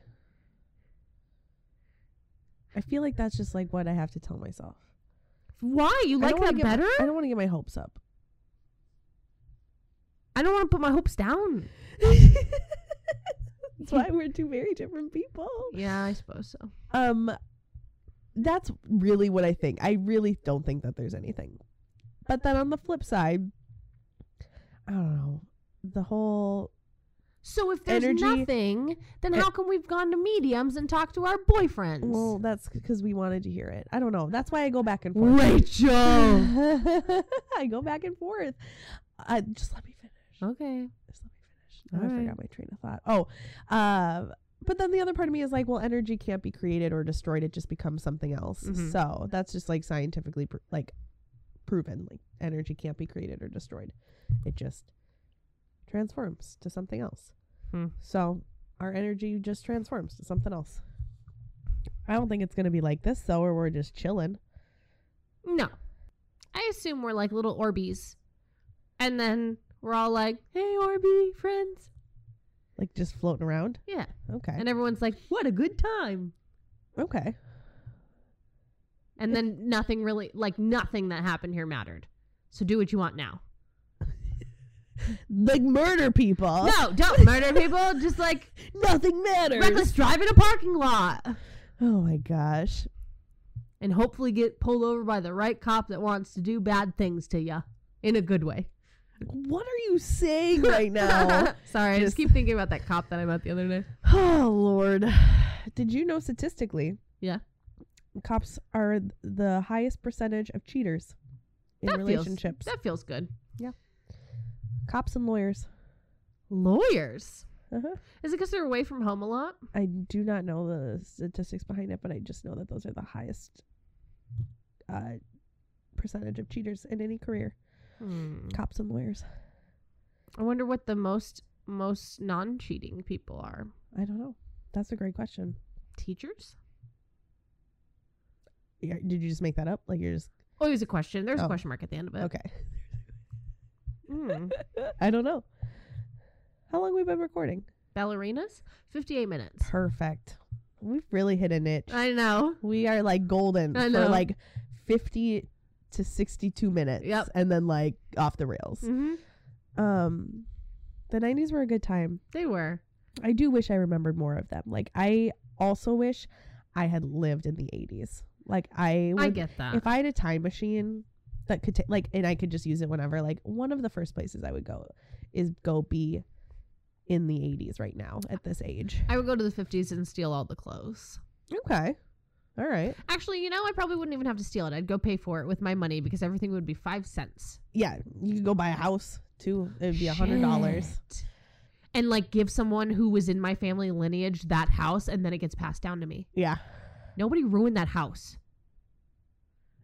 Speaker 4: I feel like that's just like what I have to tell myself.
Speaker 3: Why? You
Speaker 4: I
Speaker 3: like
Speaker 4: don't wanna
Speaker 3: that
Speaker 4: get my-
Speaker 3: better?
Speaker 4: I don't want to get my hopes up.
Speaker 3: I don't want to put my hopes down.
Speaker 4: That's why we're two very different people.
Speaker 3: Yeah, I suppose so.
Speaker 4: Um, that's really what I think. I really don't think that there's anything. But then on the flip side, I don't know. The whole
Speaker 3: So if there's
Speaker 4: Energy-
Speaker 3: nothing, then
Speaker 4: Eh.
Speaker 3: how come we've gone to mediums and talked to our boyfriends?
Speaker 4: well, that's because we wanted to hear it. I don't know. That's why I go back and forth.
Speaker 3: Rachel.
Speaker 4: I go back and forth. I just let me finish.
Speaker 3: okay.
Speaker 4: Just let me finish. Now
Speaker 3: All
Speaker 4: I
Speaker 3: right.
Speaker 4: forgot my train of thought. Oh, um, but then the other part of me is like, well, energy can't be created or destroyed. It just becomes something else.
Speaker 3: Mhm.
Speaker 4: So that's just like scientifically pr- like proven. Like energy can't be created or destroyed. It just transforms to something else.
Speaker 3: Hmm.
Speaker 4: So our energy just transforms to something else. I don't think it's gonna be like this though, or we're just chilling.
Speaker 3: No. I assume we're like little Orbeez. And then we're all like, hey, Orby, friends.
Speaker 4: Like just floating around.
Speaker 3: Yeah.
Speaker 4: Okay.
Speaker 3: And everyone's like, what a good time.
Speaker 4: okay.
Speaker 3: And then nothing really, like, nothing that happened here mattered. So do what you want now.
Speaker 4: Like murder people.
Speaker 3: No, don't murder people. Just like
Speaker 4: Nothing matters.
Speaker 3: reckless drive in a parking lot.
Speaker 4: Oh my gosh.
Speaker 3: and hopefully get pulled over by the right cop that wants to do bad things to ya in a good way.
Speaker 4: What are you saying right now?
Speaker 3: Sorry, I
Speaker 4: Just-
Speaker 3: just keep thinking about that cop that I met the other day.
Speaker 4: oh Lord. Did you know statistically?
Speaker 3: Yeah.
Speaker 4: Cops are th- the highest percentage of cheaters in
Speaker 3: That
Speaker 4: relationships.
Speaker 3: feels that feels good.
Speaker 4: Cops and lawyers.
Speaker 3: Lawyers.
Speaker 4: Uh-huh.
Speaker 3: Is it because they're away from home a lot?
Speaker 4: I do not know the statistics behind it, but I just know that those are the highest uh, percentage of cheaters in any career.
Speaker 3: Hmm.
Speaker 4: Cops and lawyers.
Speaker 3: I wonder what the most most non cheating people are.
Speaker 4: I don't know. That's a great question.
Speaker 3: Teachers?
Speaker 4: Yeah, Did you just make that up? Like you're just
Speaker 3: Oh, there's a question. There's
Speaker 4: Oh.
Speaker 3: a question mark at the end of it.
Speaker 4: okay?
Speaker 3: Hmm.
Speaker 4: I don't know. How long we been recording?
Speaker 3: Ballerinas? Fifty eight minutes.
Speaker 4: Perfect. We've really hit a niche.
Speaker 3: I know.
Speaker 4: we are like golden
Speaker 3: I
Speaker 4: for
Speaker 3: know.
Speaker 4: like 50 to 62 minutes
Speaker 3: Yep.
Speaker 4: and then like off the rails.
Speaker 3: Mm-hmm.
Speaker 4: Um the 90s were a good time.
Speaker 3: They were.
Speaker 4: I do wish I remembered more of them. Like I also wish I had lived in the 80s. Like I would
Speaker 3: I get that.
Speaker 4: if I had a time machine that could take like and I could just use it whenever, like one of the first places I would go is go be in the eighties right now at this age.
Speaker 3: I would go to the 50s and steal all the clothes.
Speaker 4: Okay. All right.
Speaker 3: Actually, you know, I probably wouldn't even have to steal it. I'd go pay for it with my money because everything would be five cents.
Speaker 4: Yeah. You could go buy a house too. It'd be a hundred dollars.
Speaker 3: Shit. And like give someone who was in my family lineage that house and then it gets passed down to me.
Speaker 4: Yeah.
Speaker 3: Nobody ruined that house.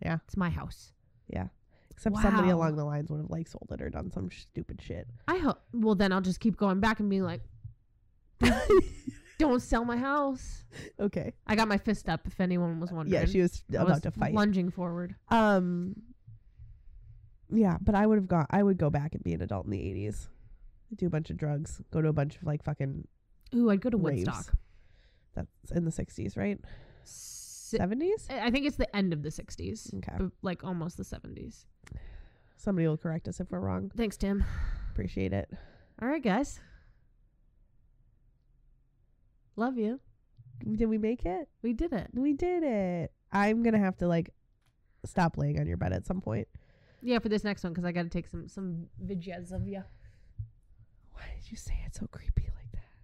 Speaker 4: Yeah.
Speaker 3: It's my house.
Speaker 4: Except somebody
Speaker 3: Wow.
Speaker 4: along the lines would have like sold it or done some stupid shit.
Speaker 3: I hope. Well, then I'll just keep going back and being like, don't sell my house.
Speaker 4: okay.
Speaker 3: I got my fist up if anyone was wondering.
Speaker 4: Yeah, she was
Speaker 3: I
Speaker 4: about
Speaker 3: was
Speaker 4: to fight.
Speaker 3: Lunging forward.
Speaker 4: um Yeah, but I would have gone I would go back and be an adult in the eighties. Do a bunch of drugs, go to a bunch of like fucking
Speaker 3: Ooh, I'd go to
Speaker 4: Raves.
Speaker 3: Woodstock.
Speaker 4: that's in the sixties, right?
Speaker 3: Si-
Speaker 4: Seventies?
Speaker 3: I I think it's the end of the 60s,
Speaker 4: Okay.
Speaker 3: but like almost the 70s.
Speaker 4: Somebody will correct us if we're wrong.
Speaker 3: Thanks, Tim.
Speaker 4: Appreciate it.
Speaker 3: All right, guys. Love you.
Speaker 4: Did we make it?
Speaker 3: We did it.
Speaker 4: We did it. I'm gonna have to like stop laying on your bed at some point.
Speaker 3: Yeah, for this next one, because I got to take some some vidges of ya.
Speaker 4: Why did you say it so creepy like that?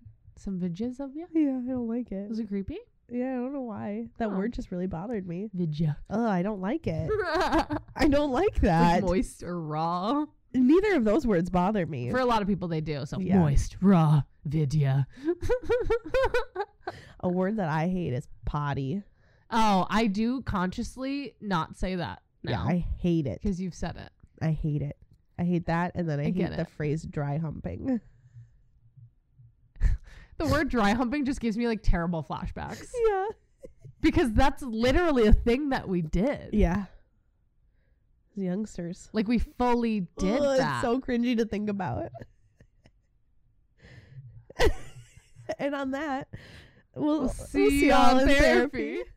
Speaker 3: Some vidges of ya.
Speaker 4: Yeah, I don't like it.
Speaker 3: Was it creepy?
Speaker 4: Yeah, I don't know why. That
Speaker 3: Oh.
Speaker 4: word just really bothered me.
Speaker 3: Vidja.
Speaker 4: Oh, I don't like it.
Speaker 3: like
Speaker 4: I don't like that.
Speaker 3: moist or raw.
Speaker 4: Neither of those words bother me.
Speaker 3: For a lot of people, they do. So
Speaker 4: Yeah.
Speaker 3: moist, raw, vidya.
Speaker 4: a word that I hate is potty.
Speaker 3: oh, I do consciously not say that
Speaker 4: Yeah,
Speaker 3: now
Speaker 4: I hate it.
Speaker 3: because you've said it.
Speaker 4: I hate it. I hate that, and then I,
Speaker 3: I
Speaker 4: hate
Speaker 3: get
Speaker 4: the
Speaker 3: it.
Speaker 4: phrase dry humping.
Speaker 3: The word dry humping just gives me like terrible flashbacks
Speaker 4: yeah.
Speaker 3: because that's literally a thing that we did.
Speaker 4: Yeah. As youngsters.
Speaker 3: Like we fully did
Speaker 4: Ugh,
Speaker 3: that.
Speaker 4: Oh, It's so cringy to think about. and on that, we'll,
Speaker 3: We'll
Speaker 4: we'll see y'all in therapy.